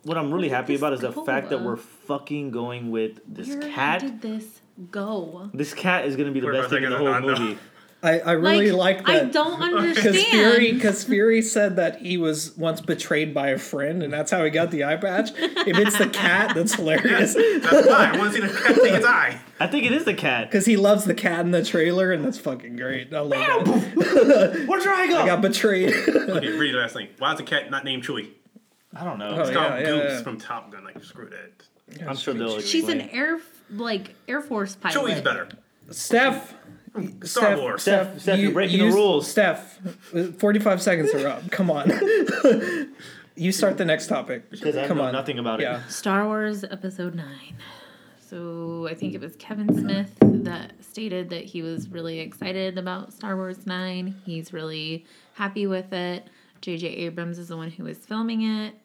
S4: what I'm really happy
S3: this
S4: about is the
S3: Cola?
S4: fact that we're fucking going with this
S3: Where
S4: cat.
S3: did this go?
S4: This cat is gonna be the
S5: We're
S4: best
S5: about
S4: thing
S5: to
S4: in the
S5: get
S4: whole
S5: it on, though.
S4: movie.
S1: I, I really like, that.
S3: I don't
S1: because Fury,
S3: understand.
S1: because Fury said that he was once betrayed by a friend, and that's how he got the eye patch. If it's the cat, that's hilarious
S5: That's why I want to see the cat take its eye.
S4: I think it is the cat.
S1: because he loves the cat in the trailer, and that's fucking great. I love it.
S4: Where'd your eye go?
S1: I got betrayed.
S5: Okay, read the last thing. Why is the cat not named Chewie?
S4: I don't know.
S1: Oh,
S5: It's
S1: Yeah,
S5: called
S1: yeah,
S5: Goose
S1: yeah.
S5: from Top Gun. Like screw that.
S4: I'm sure they'll.
S3: She's an
S4: explain.
S3: air like Air Force pilot.
S5: Chewie's better.
S1: Steph,
S5: Star
S1: Steph-
S5: Wars.
S4: Steph, Steph, you're breaking the
S1: you-
S4: rules.
S1: Steph, forty-five seconds are up. Come on. you start the next topic.
S4: Because I
S1: Come
S4: know
S1: on.
S4: nothing about
S1: Yeah.
S4: it.
S3: Star Wars Episode Nine. So I think it was Kevin Smith that stated that he was really excited about Star Wars Nine. He's really happy with it. J.J. Abrams is the one who is filming it.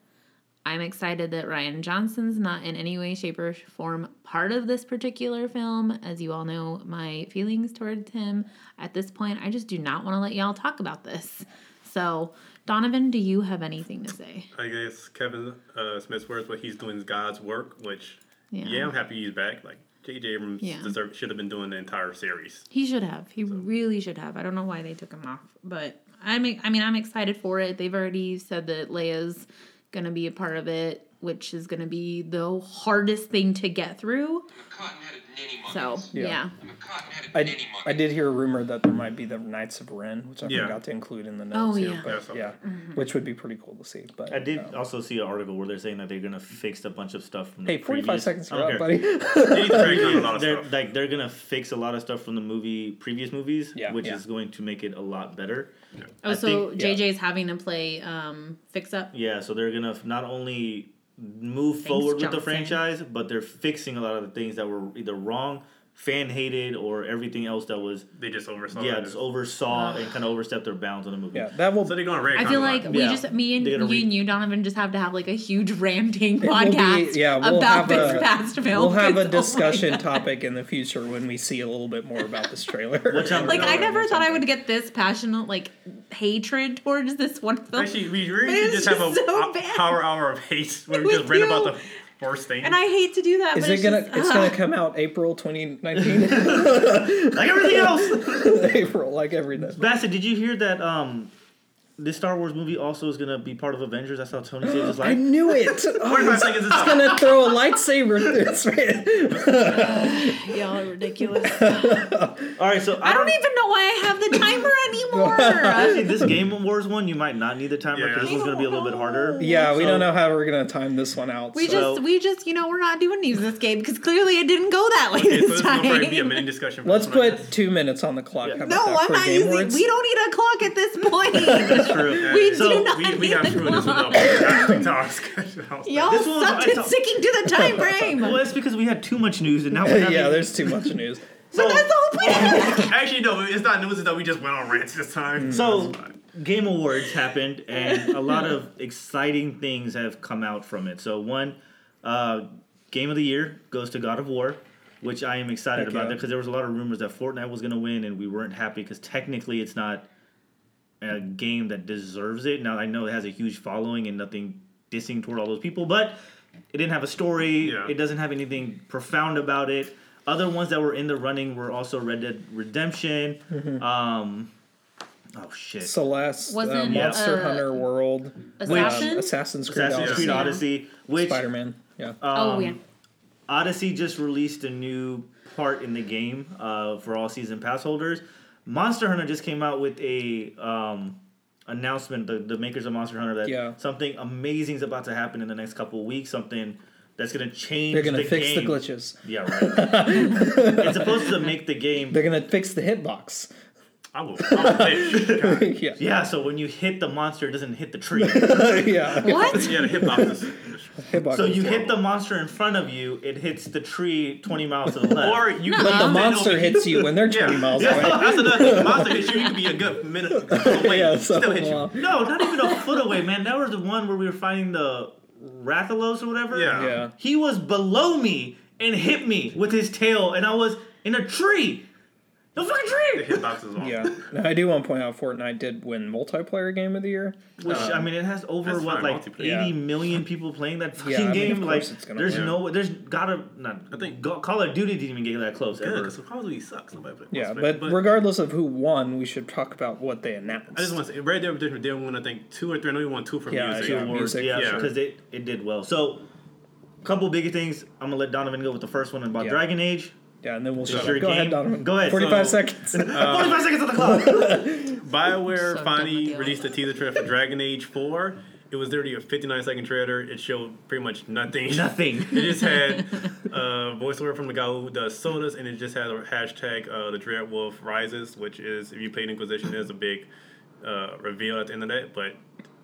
S3: I'm excited that Ryan Johnson's not in any way, shape, or form part of this particular film. As you all know, my feelings towards him at this point, I just do not want to let y'all talk about this. So, Donovan, do you have anything to say?
S5: I guess Kevin uh, Smith's words, but he's doing God's work, which
S3: Yeah.
S5: yeah, I'm happy he's back. Like J.J. Abrams
S3: Yeah.
S5: deserved, should have been doing the entire series.
S3: He should have. He really should have. I don't know why they took him off, but I mean, I mean, I'm excited for it. They've already said that Leia's gonna be a part of it, which is gonna be the hardest thing to get through.
S6: I'm a cotton-headed ninny
S3: So
S6: muggins.
S3: yeah,
S6: I'm a cotton-headed
S1: I,
S6: ninny muggins.
S1: I did hear a rumor that there might be the Knights of Ren, which I
S5: Yeah.
S1: forgot to include in the notes.
S3: Oh,
S1: here,
S3: yeah. Mm-hmm.
S1: but yeah, which would be pretty cool to see. But
S4: I did uh,
S1: um,
S4: also see an article where they're saying that they're gonna fix a bunch of stuff from
S1: hey,
S4: the
S1: forty-five
S4: previous-
S1: seconds,
S4: I
S1: you're
S4: don't
S1: up,
S4: care.
S1: buddy.
S5: He's dragging on a lot of
S4: They're
S5: stuff.
S4: like they're gonna fix a lot of stuff from the movie previous movies,
S1: Yeah.
S4: which
S1: Yeah.
S4: is going to make it a lot better.
S3: Oh,
S4: I
S3: so
S4: think-
S1: yeah.
S3: JJ's having to play um, fix up.
S4: Yeah, so they're gonna f- not only move forward with
S3: Johnson.
S4: the franchise, but they're fixing a lot of the things that were either wrong, fan hated, or everything else that was
S5: They just oversaw.
S4: yeah,
S5: it.
S4: just oversaw and kind of overstepped their bounds on the movie.
S1: yeah, that will
S5: So they're going to
S3: I feel like we
S4: Yeah.
S3: just, me and
S4: They
S3: you
S4: gotta re-
S3: and you, Donovan, just have to have like a huge ranting
S1: will be-
S3: podcast
S1: yeah, we'll
S3: about
S1: have
S3: this
S1: a-
S3: past film.
S1: We'll have
S3: 'cause,
S1: a
S3: oh my
S1: discussion
S3: God.
S1: topic in the future when we see a little bit more about this trailer.
S4: Which I'm
S3: Like I
S4: gonna-
S3: never thought I would get this passionate, like hatred towards this one film.
S5: Actually, we really
S3: But
S5: should
S3: it's
S5: just have a
S3: just so
S5: ho-
S3: bad.
S5: power hour of hate where we
S3: We
S5: just read
S3: do.
S5: about the worst thing.
S3: and I hate to do that.
S1: is
S3: but
S1: it gonna?
S3: Just, ah.
S1: it's gonna come out April 2019.
S4: like everything else.
S1: April, like every day.
S4: Bassett, did you hear that? Um, this Star Wars movie also is gonna be part of Avengers. That's how Tony said. Just
S1: I
S4: like
S1: knew it. Oh,
S5: Forty-five seconds is
S1: I'm gonna throw a lightsaber through his face.
S3: Y'all are ridiculous.
S4: all right, so
S3: I don't even know why I have the timer anymore.
S4: Actually, this Game Awards one, you might not need the timer
S5: Yeah.
S4: because this one's gonna be a little bit harder.
S1: Yeah, we
S4: So-
S1: don't know how we're gonna time this one out.
S3: We
S1: so-
S3: just, we just, you know, we're not doing these this game because clearly it didn't go that way
S5: Okay, so
S3: this
S5: this will probably be a
S3: time.
S5: mini discussion. for
S1: Let's
S5: this one, I
S1: put
S5: guess.
S1: two minutes on the clock. How about
S3: No,
S1: that
S3: I'm
S1: for
S3: not
S1: Game
S3: using.
S1: Awards?
S3: We don't need a clock at this point.
S4: That's true.
S3: we
S4: So,
S3: do not
S5: We, we
S3: need
S5: got
S3: a
S5: screwed this one
S3: clock.
S5: up. Y'all
S3: Y'all
S4: This one was-
S3: sucked
S4: I
S3: at
S4: thought-
S3: sticking to the time frame.
S4: Well, that's because we had too much news, and now we're having-
S1: yeah, there's too much news.
S4: so,
S3: That's the whole point. of it.
S5: Actually, no, it's not news. It's that we just went on rants this
S1: Hmm.
S5: time.
S4: So,
S5: That's fine.
S4: Game Awards happened, and a lot of exciting things have come out from it. So, one, uh, Game of the Year goes to God of War, which I am excited
S1: Heck
S4: about
S1: yeah.
S4: because there was a lot of rumors that Fortnite was going to win, and we weren't happy because technically it's not a game that deserves it. Now, I know it has a huge following and nothing dissing toward all those people, but it didn't have a story.
S5: Yeah.
S4: It doesn't have anything profound about it. Other ones that were in the running were also Red Dead Redemption. Um, oh shit.
S1: Celeste, uh,
S3: Wasn't,
S1: Monster
S3: uh,
S1: Hunter World, um,
S3: Assassin?
S1: Assassin's Creed,
S4: Assassin's Creed
S5: Yeah.
S4: Odyssey, which
S1: Spider Man. Yeah.
S3: oh yeah.
S4: Odyssey just released a new part in the game uh, for all season pass holders. Monster Hunter just came out with a um, announcement, the, the makers of Monster Hunter, that
S1: Yeah.
S4: something amazing is about to happen in the next couple weeks. Something that's gonna change.
S1: They're gonna
S4: the
S1: fix
S4: game.
S1: the glitches.
S4: Yeah, right. it's supposed to make the game.
S1: They're gonna fix the hitbox.
S5: I will. I will
S1: yeah.
S4: Yeah, so when you hit the monster, it doesn't hit the tree.
S1: yeah.
S3: What?
S5: yeah, the hip hop is.
S1: Hitbox.
S4: so you hit the monster in front of you, it hits the tree twenty miles to the left.
S5: Or you
S3: But
S5: could
S1: but the
S5: stand
S1: monster
S5: over-
S1: hits you when they're 20
S5: Yeah.
S1: miles
S5: Yeah,
S1: away.
S5: That's another thing. The monster hits you. You could be a good minute away.
S1: Yeah,
S5: Yeah,
S1: so,
S5: still hit you.
S1: well,
S4: No, not even a foot away, man. That was the one where we were fighting the Rathalos or whatever.
S5: Yeah.
S1: yeah.
S4: He was below me and hit me with his tail, and I was in a tree. The fucking
S5: The
S4: tree!
S5: hip hop is on.
S1: Yeah. Now, I do want to point out Fortnite did win multiplayer game of the year.
S4: Which, I mean, it has over,
S5: that's
S4: what,
S5: fine,
S4: like
S5: multiplayer.
S4: eighty million
S1: Yeah.
S4: people playing that fucking
S1: Yeah, I mean,
S4: game?
S1: of
S4: like,
S1: course it's gonna
S4: there's
S1: win.
S4: no, there's gotta, not, I
S5: I
S4: think
S5: think-
S4: Call of Duty didn't even get that close
S5: Good,
S4: ever.
S5: because Call of Duty sucks. Nobody plays
S1: Yeah,
S5: Call of
S1: but,
S5: Duty,
S1: regardless of who won, we should talk about what they announced.
S5: I just want to say, Red Dead Redemption did win, I think, two or three. I know you won two for
S1: Yeah,
S5: music.
S1: yeah.
S5: awards.
S1: music,
S4: yeah,
S5: yeah.
S4: because it, it did well. So, couple bigger things. I'm gonna let Donovan go with the first one about
S1: Yeah.
S4: Dragon Age.
S1: yeah, and then we'll
S4: Is
S1: shut
S4: your
S1: up. Go
S4: game-
S1: ahead, Donovan.
S4: Go ahead.
S1: 45
S4: So-
S1: seconds.
S4: 45 seconds on the clock.
S5: BioWare
S3: So dumb
S5: finally
S3: with
S5: released a teaser trailer for Dragon Age 4. It was literally a 59 second trailer. It showed pretty much nothing.
S4: Nothing.
S5: It just had uh, voiceover from the guy who does sodas, and it just had a hashtag uh, the Dread Wolf Rises, which is if you played Inquisition, there's a big uh, reveal at the end of that. But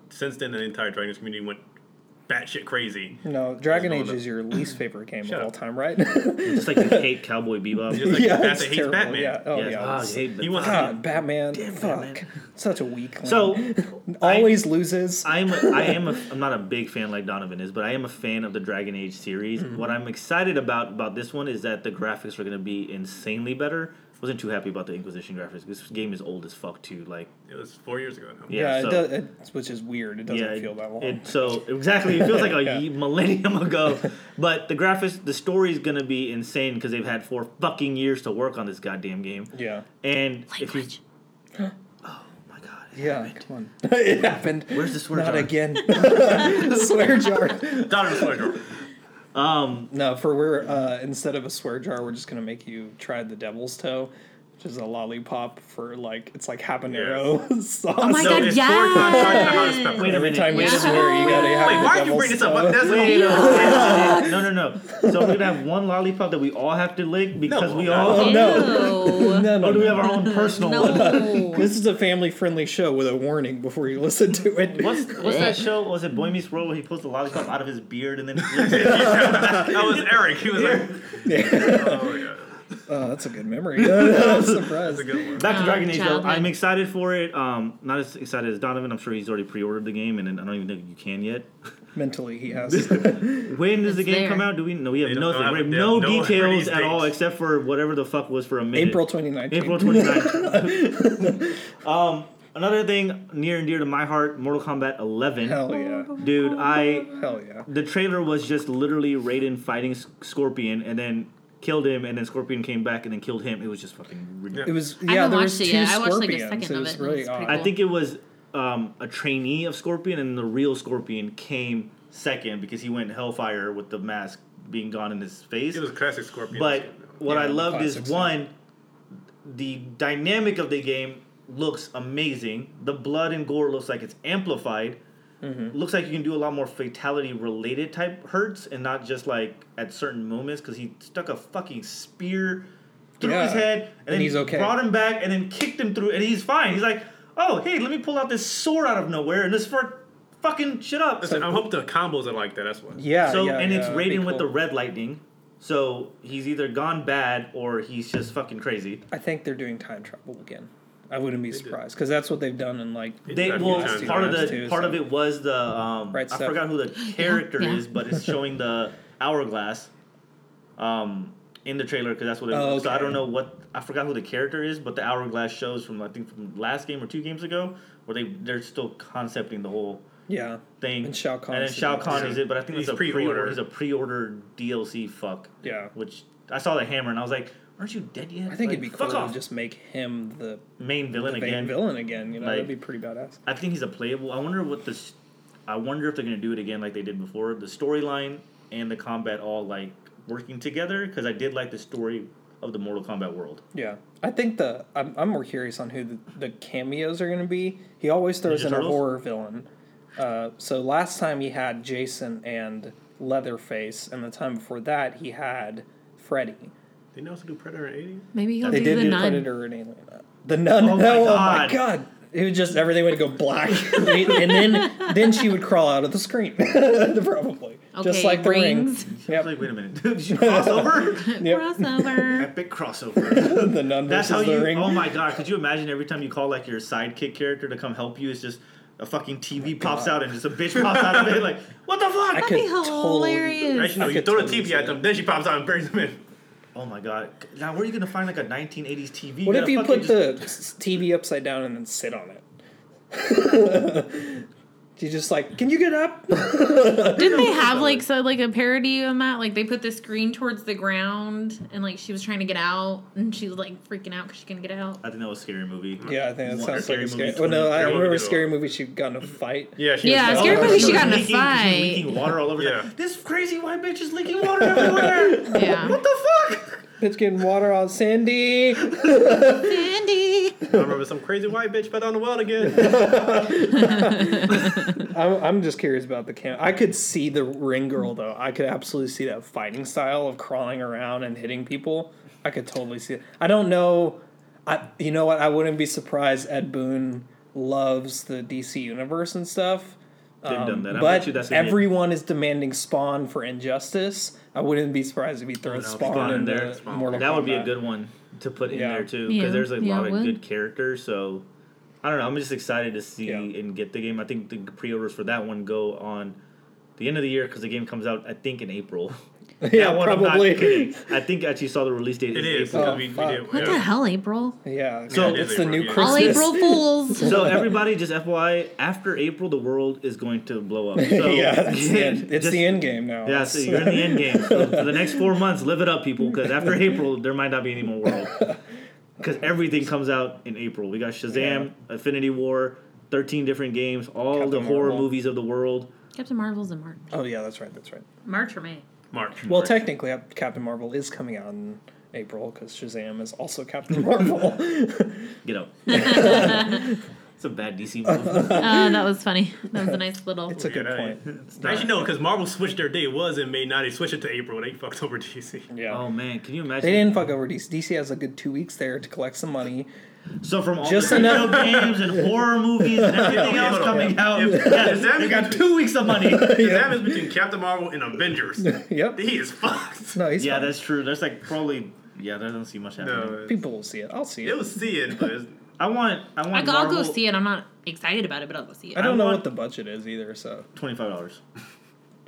S5: since then, the entire Dragon Age community went batshit crazy.
S1: no, Dragon
S5: Just
S1: Age
S5: going
S1: is your least favorite game of
S5: up.
S1: all time, right?
S4: Just like you hate Cowboy Bebop.
S5: Just like
S1: yeah,
S5: Batman
S1: it's
S5: hates
S1: terrible.
S5: Batman.
S1: Yeah. Oh,
S4: Yes.
S1: yeah.
S4: Ah, I
S1: it's-
S4: hate
S5: He
S4: Batman.
S5: wants to
S1: God, Batman. fuck.
S4: Batman.
S1: Such a weak link.
S4: So
S1: always loses.
S4: I'm a, I am a, I'm not a big fan like Donovan is, but I am a fan of the Dragon
S1: Mm-hmm.
S4: Age series. What I'm excited about about this one is that the graphics are going to be insanely better. wasn't too happy about the Inquisition graphics. This game is old as fuck too. Like
S5: It was four years ago now.
S4: yeah,
S1: it
S4: so,
S1: does, it, which is weird. It doesn't
S4: yeah,
S1: feel that long.
S4: It, so exactly, it feels like a ye- millennium ago. But the graphics, the story is gonna be insane because they've had four fucking years to work on this goddamn game.
S1: yeah.
S4: And if you,
S3: Language.
S4: oh my god,
S1: Yeah, come on. it happened.
S4: where's the swear
S1: Not
S4: jar?
S1: again. swear jar.
S5: Daughter of Slayer.
S1: No, for we're uh, instead of a swear jar, we're just gonna make you try the devil's toe, which is a lollipop for like it's like habanero sauce.
S3: Oh my
S5: No,
S3: god,
S5: it's four times harder than the hottest
S3: yes!
S5: pepper.
S4: Wait a
S1: Every
S4: minute.
S1: time you
S3: Yeah.
S1: swear, you gotta have
S5: Wait,
S1: the
S5: why are you
S1: devil's
S5: bringing this up?
S1: toe.
S5: That's
S4: Wait a minute. No, no, no. So we're gonna have one lollipop that we all have to lick because
S5: No,
S4: we
S5: no.
S4: all.
S1: Oh,
S3: no.
S1: No, no,
S4: Or do we
S1: no.
S4: have our own personal one?
S3: No.
S1: This is a family-friendly show with a warning before you listen to it.
S4: What's, what's that show? Was it Boy Meets World where he pulls the lollipop out of his beard and then he licks it?
S5: That was Eric. He was like, oh yeah,
S1: Oh, that's a good memory. I'm surprised.
S5: that's a good one.
S4: Back to
S3: Um,
S4: Dragon Age though.
S3: childhood.
S4: I'm excited for it. Um, not as excited as Donovan. I'm sure he's already pre-ordered the game, and then I don't even think you can yet.
S1: Mentally, he has.
S4: When does the
S3: It's
S4: game
S3: there.
S4: come out? Do we? No, we have
S5: They don't
S4: nothing.
S5: have
S4: We have
S5: it.
S4: no,
S5: They have no
S4: details
S5: release
S4: at all
S5: dates.
S4: except for whatever the fuck was for a minute.
S1: April 2019.
S4: April 29th. um, another thing near and dear to my heart: Mortal Kombat 11.
S1: Hell yeah.
S4: Dude, I
S1: Hell yeah.
S4: the trailer was just literally Raiden fighting S- Scorpion and then killed him, and then Scorpion came back and then killed him. It was just fucking ridiculous.
S1: It was
S3: I
S1: yeah.
S3: haven't
S1: there was
S3: watched it
S1: two
S3: yet. I watched, like, a
S1: scorpions.
S3: second
S1: it
S3: of
S1: was
S3: it, and
S1: really
S3: it's pretty
S1: odd.
S4: I think it was um, a trainee of Scorpion, and the real Scorpion came second because he went Hellfire with the mask being gone in his face.
S5: It was classic Scorpion.
S4: But what
S1: Yeah,
S4: I
S1: the
S4: loved is
S1: classics, yeah.
S4: one, the dynamic of the game looks amazing. The blood and gore looks like it's amplified.
S1: Mm-hmm.
S4: Looks like you can do a lot more fatality related type hurts and not just like at certain moments because he stuck a fucking spear through his
S1: Yeah.
S4: head and, then
S1: he's okay.
S4: Brought him back and then kicked him through and he's fine. He's like, oh hey, let me pull out this sword out of nowhere and this for fucking shit up.
S5: Listen, I hope the combos are like that. That's why.
S1: Yeah.
S4: So
S1: yeah,
S4: and it's
S1: yeah, it'd be
S4: Raiden with the
S1: cool.
S4: red lightning. So he's either gone bad or he's just fucking crazy.
S1: I think they're doing time travel again. I wouldn't be surprised because that's what they've done in like.
S4: They
S5: That'd be
S4: well
S5: nice.
S4: part of the
S1: Nice too,
S4: part of
S1: so-
S4: it was the um
S1: Right
S4: I
S1: stuff.
S4: forgot who the character
S3: Yeah.
S4: is, but it's showing the hourglass um in the trailer because that's what it
S1: Oh,
S4: was. So I
S1: okay.
S4: don't know what I forgot who the character is, but the hourglass shows from I think from last game or two games ago where they they're still concepting the whole
S1: Yeah.
S4: thing.
S1: And Shao Kahn
S4: And then
S1: is the
S4: Shao
S1: DLC.
S4: Kahn is it, but I think
S5: He's
S4: it's a pre-order.
S5: pre-order.
S4: He's a pre-order DLC. Fuck.
S1: Yeah.
S4: Which I saw the hammer and I was like, "Aren't you dead yet?"
S1: I think
S4: Like,
S1: it'd be cool
S4: fuck
S1: to
S4: off.
S1: just make him the
S4: main villain
S1: main
S4: again.
S1: villain again. You know, that'd
S4: Like-
S1: be pretty badass.
S4: I think he's a playable. I wonder what this. I wonder if they're gonna do it again like they did before. The storyline and the combat all like working together because I did like the story of the Mortal Kombat world.
S1: Yeah, I think the I'm, I'm more curious on who the, the cameos are going to be. He always throws
S4: Ninja
S1: in a
S4: Turtles?
S1: horror villain. Uh, so last time he had Jason and Leatherface, and the time before that he had Freddy.
S5: They also do Predator and Alien.
S3: Maybe he'll
S4: They
S1: They
S3: do
S1: did
S3: the
S1: do
S3: nun.
S1: Predator and Alien. The nun.
S4: Oh
S1: Oh,
S4: my
S1: my,
S4: God.
S1: god! It was just everything would go black, and then then she would crawl out of the screen, probably just
S3: Okay,
S1: like the
S3: rings.
S1: ring.
S4: I was
S1: Yep.
S4: like, wait a minute, did you crossover?
S1: Yep.
S3: Crossover.
S4: Epic crossover.
S1: the nun
S4: That's
S1: versus
S4: how
S1: the
S4: you.
S1: ring.
S4: Oh my god! Could you imagine every time you call like your sidekick character to come help you? It's just a fucking TV pops out and just a bitch pops out of it. Like what the fuck?
S1: I
S3: That'd be
S1: could totally-
S3: hilarious.
S5: Actually, no,
S1: I
S5: you
S1: could
S5: throw
S1: totally
S5: the
S1: see
S5: TV at them, then she pops out and buries them in.
S4: Oh my god! Now where are you gonna find like a 1980s TV?
S1: What if
S4: gotta
S1: you
S4: fucking
S1: put the
S4: just-
S1: s- TV upside down and then sit on it? you just like, can you get up?
S3: Didn't they have like so like a parody on that? Like they put the screen towards the ground, and like she was trying to get out, and she was like freaking out because she couldn't get out.
S4: I think that was a scary movie.
S1: yeah, I think that
S4: What,
S1: sounds like
S4: Scary
S1: a scary.
S4: Movie
S1: Well, no, I
S5: 20?
S1: remember
S5: Yeah.
S1: scary movie. She got in a fight.
S5: Yeah, she
S3: Yeah,
S5: was-
S3: Scary
S4: Oh,
S3: Movie,
S4: she
S3: she got in a
S4: leaking- she was
S3: fight.
S4: leaking water all over.
S5: Yeah.
S4: This crazy white bitch is leaking water everywhere.
S3: Yeah.
S4: What the fuck?
S1: It's getting water on Sandy.
S3: Andy.
S5: I remember some crazy white bitch fell down the well again.
S1: I'm, I'm just curious about the cam. I could see the ring girl though. I could absolutely see that fighting style of crawling around and hitting people. I could totally see it. I don't know. I you know what? I wouldn't be surprised. Ed Boon loves the DC universe and stuff.
S4: They've done that. I
S1: Um,
S4: bet
S1: but
S4: you that's gonna be-
S1: everyone is demanding Spawn for Injustice. I wouldn't be surprised if he throws
S4: Oh, No,
S1: Spawn, in there. Mortal
S4: That would be a
S1: Kombat.
S4: good one to put in
S1: Yeah.
S4: there too, because
S3: Yeah.
S4: there's a
S3: Yeah,
S4: lot
S3: it
S4: of
S3: would.
S4: good characters. So I don't know. I'm just excited to see
S1: Yeah.
S4: and get the game. I think the pre-orders for that one go on the end of the year because the game comes out I think in April.
S1: yeah,
S4: That one, I'm not
S1: probably.
S4: kidding. I think I actually saw the release date.
S5: It
S4: is
S5: is.
S4: April.
S5: because we, we did,
S3: What
S5: yeah.
S3: the hell, April?
S1: Yeah.
S4: So-
S1: God, it's the new
S5: Yeah.
S3: All
S1: Christmas.
S3: April Fools.
S4: So everybody, just FYI, after April, the world is going to blow up. So
S1: yeah, that's the end. It's
S4: just-
S1: the end game now.
S4: Yeah, so you're in the end game. So for the next four months, live it up, people, because after April, there might not be any more world. Because everything comes out in April. We got Shazam, Affinity War, 13 different games, all
S1: Captain
S4: the horror
S1: Marvel.
S4: movies of the world.
S3: Captain Marvel's in March.
S1: oh yeah, that's right. That's right.
S3: March or May?
S5: March.
S1: Well, technically, Cap- Captain Marvel is coming out in April because Shazam is also Captain Marvel.
S4: Get out. it's a bad DC movie.
S3: Uh, that was funny. That was a nice little.
S1: it's a good
S5: Yeah,
S1: point.
S5: Actually, no, because Marvel switched their day was in May. Now they switched it to April. They fucked over DC.
S1: Yeah.
S4: Oh man, can you
S1: They
S4: imagine?
S1: didn't fuck over DC. DC has a good two weeks there to collect some money.
S4: So from all
S1: Just
S4: the video
S1: enough-
S4: games and horror movies and everything
S5: Yeah,
S4: else
S5: hold on.
S4: coming out,
S5: If-
S4: yeah,
S5: if that
S4: they got
S5: means-
S4: two weeks of money.
S5: Because that happens between Captain Marvel and Avengers.
S1: Yep.
S5: he is fucked.
S1: No, he's
S4: yeah,
S1: yeah,
S4: that's true. There's like probably yeah, there doesn't see much happening.
S5: No,
S1: people will see it. I'll see it.
S5: it was seeing, but it's,
S4: I want I want
S3: I go, I'll go
S4: Marvel-
S3: see it. I'm not excited about it, but I'll go see
S1: I
S3: it.
S1: don't
S4: I
S1: know
S4: want-
S1: what the budget is either. So
S4: Twenty five dollars.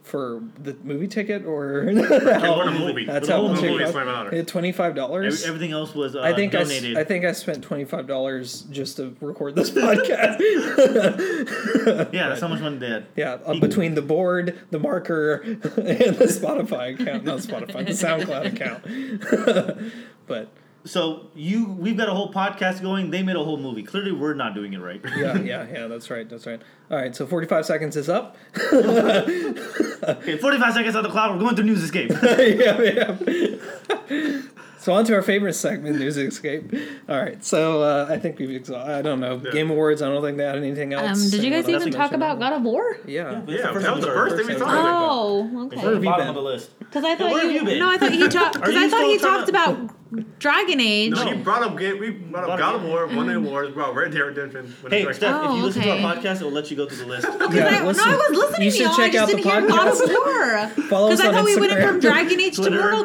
S1: for the movie ticket or
S5: oh, what a movie.
S1: that's
S5: what
S1: how
S5: a
S1: much
S5: movie
S1: it
S5: is
S1: cost.
S5: five dollars.
S1: Yeah, Twenty five dollars.
S4: everything else was uh,
S1: I think I, s-
S4: donated.
S1: I think I spent twenty five dollars just to record this podcast.
S4: yeah, that's how much money they had.
S1: yeah, uh, between the board, the marker, and the Spotify account, not Spotify, the SoundCloud account. but
S4: So you, we've got a whole podcast going. They made a whole movie. Clearly, we're not doing it right.
S1: yeah, yeah, yeah. That's right. That's right. All right. So forty five seconds is up.
S4: okay, forty five seconds on the clock. We're going through news escape.
S1: yeah, yeah. so on to our favorite segment, News Escape. All right, so uh, I think we've exhausted. I don't know Game Awards. I don't think they had anything else.
S3: Um, did you guys
S1: Anyone
S3: even
S1: else
S3: talk
S1: mention
S3: about God of War?
S1: it? Yeah.
S5: Yeah, that was the first thing we talked about.
S3: Oh,
S1: Where
S3: okay.
S1: have you
S4: Bottom of the
S1: been?
S4: list.
S3: Because I thought
S4: where have
S3: you,
S4: you been?
S3: no, I thought he talked. Because
S4: you
S3: I thought
S4: still
S3: he
S4: trying
S3: talked
S4: to-
S3: about Dragon Age.
S5: No, you brought up Ga- we brought up
S4: Brought
S5: God
S4: up-
S5: of War, won
S3: Mm-hmm.
S5: the awards, brought Red Dead Redemption. won the
S4: Hey,
S5: direction.
S4: Steph, if you
S3: Oh,
S4: listen to our
S3: okay.
S4: podcast, it will let you go through the list.
S1: Yeah,
S3: I,
S1: listen.
S3: no, I was listening
S1: You
S3: to
S1: should
S3: y'all. I
S1: check
S3: just
S1: out the
S3: didn't hear God of War.
S1: Follow
S3: Because
S1: us
S3: I
S1: on
S3: thought we went
S1: Instagram.
S3: from Dragon Age to
S4: Twitter,
S3: Mortal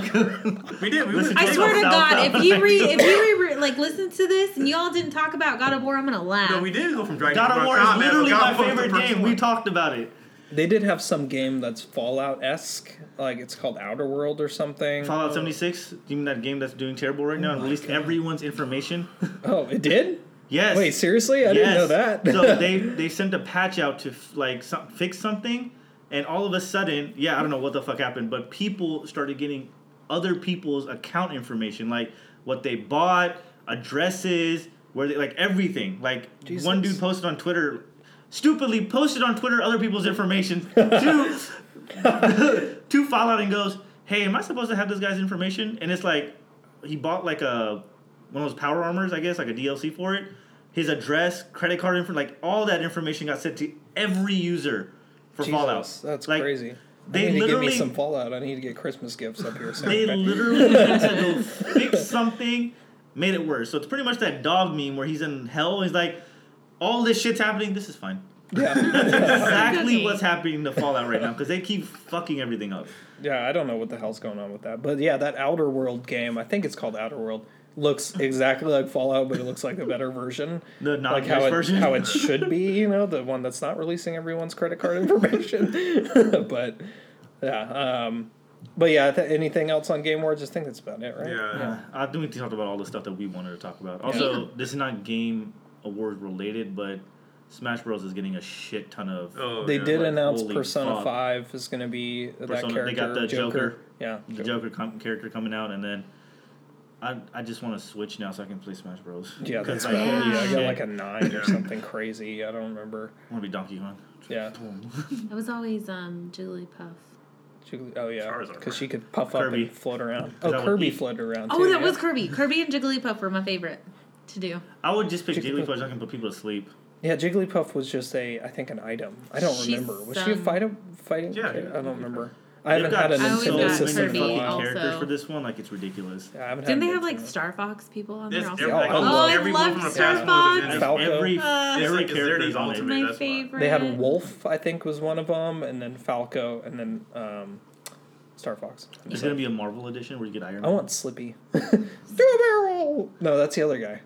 S4: Facebook.
S5: we did. We
S4: Listen to
S5: went
S3: I
S5: to
S4: Take
S3: swear to
S4: off
S3: God,
S4: Southbound.
S3: if you read, if you re, like listen to this and y'all didn't talk about God of War, I'm gonna laugh.
S5: No, we did go from Dragon
S4: God of
S5: Ball
S4: War is
S5: Combat, but
S4: literally
S5: God
S4: my
S5: of War was the
S4: favorite
S5: first
S4: game.
S5: one.
S4: We talked about it.
S1: They did have some game that's Fallout esque, like it's called Outer World or something.
S4: Fallout 76. You mean that game that's doing terrible right now and released everyone's information?
S1: Oh, it did.
S4: Yes.
S1: Wait, seriously? I didn't know that.
S4: so they they sent a patch out to f- like some, fix something, and all of a sudden, yeah, I don't know what the fuck happened, but people started getting other people's account information, like what they bought, addresses, where they like everything. Like one
S1: Jesus.
S4: dude posted on Twitter, stupidly posted on Twitter other people's information to to Fallout and goes, "Hey, am I supposed to have this guy's information?" And it's like he bought like a one of those power armors, I guess, like a DLC for it. His address, credit card info, like all that information got sent to every user for
S1: Jesus,
S4: Fallout.
S1: That's
S4: Like,
S1: crazy.
S4: they
S1: I need to give me
S4: literally-
S1: some Fallout. I need to get Christmas gifts up here.
S4: They
S1: Soon.
S4: literally had to go fix something, made it worse. So it's pretty much that dog meme where he's in hell. He's like, "All this shit's happening. This is fine."
S1: yeah,
S4: Exactly
S3: Okay.
S4: what's happening to Fallout right now because they keep fucking everything up.
S1: yeah. I don't know what the hell's going on with that, but yeah, that Outer World game. I think it's called Outer World. Looks exactly like Fallout, but it looks like a better version.
S4: The
S1: like
S4: non-cash
S1: how it,
S4: version.
S1: how it should be, you know, the one that's not releasing everyone's credit card information. but yeah, um, but yeah, th- anything else on Game Awards? I think that's about it, right?
S5: Yeah.
S4: Yeah, I think we talked about all the stuff that we wanted to talk about. Also, this is not game award related, but Smash Bros is getting a shit ton of
S5: Oh,
S1: They
S5: yeah.
S1: did
S4: like,
S1: announce
S4: holy
S1: Persona
S4: fuck.
S1: Five is going to be that
S4: Persona-
S1: character.
S4: they got the Joker.
S1: Yeah,
S4: the Joker com- character coming out, and then I I just want to switch now so I can play Smash Bros.
S1: Yeah, that's
S4: because
S1: right.
S4: like,
S3: Yeah.
S4: holy
S1: Yeah, I
S4: shit,
S1: got like a nine or something crazy. I don't remember.
S4: I want to be Donkey Kong.
S1: Yeah.
S3: It was always um Jigglypuff.
S1: Jiggly- Oh yeah,
S5: Charizard.
S1: because she could puff
S4: Kirby.
S1: up and float around. Oh,
S4: that would
S1: Kirby
S4: be-
S1: floated around.
S3: Oh,
S1: too,
S3: that
S1: yeah.
S3: was Kirby. Kirby and Jigglypuff were my favorite to do.
S4: I would just pick
S1: Jigglypuff.
S4: Jigglypuff so I can put people to sleep.
S1: Yeah, Jigglypuff was just a, I think, an item. I don't
S3: She's,
S1: remember. Was she a
S3: um,
S1: fight fighting?
S5: Yeah,
S1: character? I don't
S5: Jigglypuff.
S1: remember. I haven't
S4: They've got
S1: had a
S3: I always
S1: Nintendo
S3: got
S1: system in
S3: Kirby
S1: a
S4: fucking
S1: while.
S3: also.
S4: characters for this one, like it's ridiculous.
S1: Yeah, I haven't had
S3: Didn't
S1: a
S3: they have
S1: Nintendo.
S3: like Star Fox people on
S5: There's
S3: there also? Oh,
S5: every-
S1: Yeah, I
S5: almost
S1: love-
S5: everyone from the
S3: Star
S5: past was in
S3: Fox.
S5: this.
S1: Falco.
S4: Every
S3: Uh,
S5: It's
S4: every
S5: like- it's their
S4: character is on it.
S5: ultimate.
S3: My
S5: that's why.
S3: favorite.
S1: They had Wolf, I think, was one of them, and then Falco, and then um, Star Fox.
S4: There's gonna be a Marvel edition where you get Iron.
S1: I
S4: Man.
S1: want Slippy. Do a barrel. No, that's the other guy.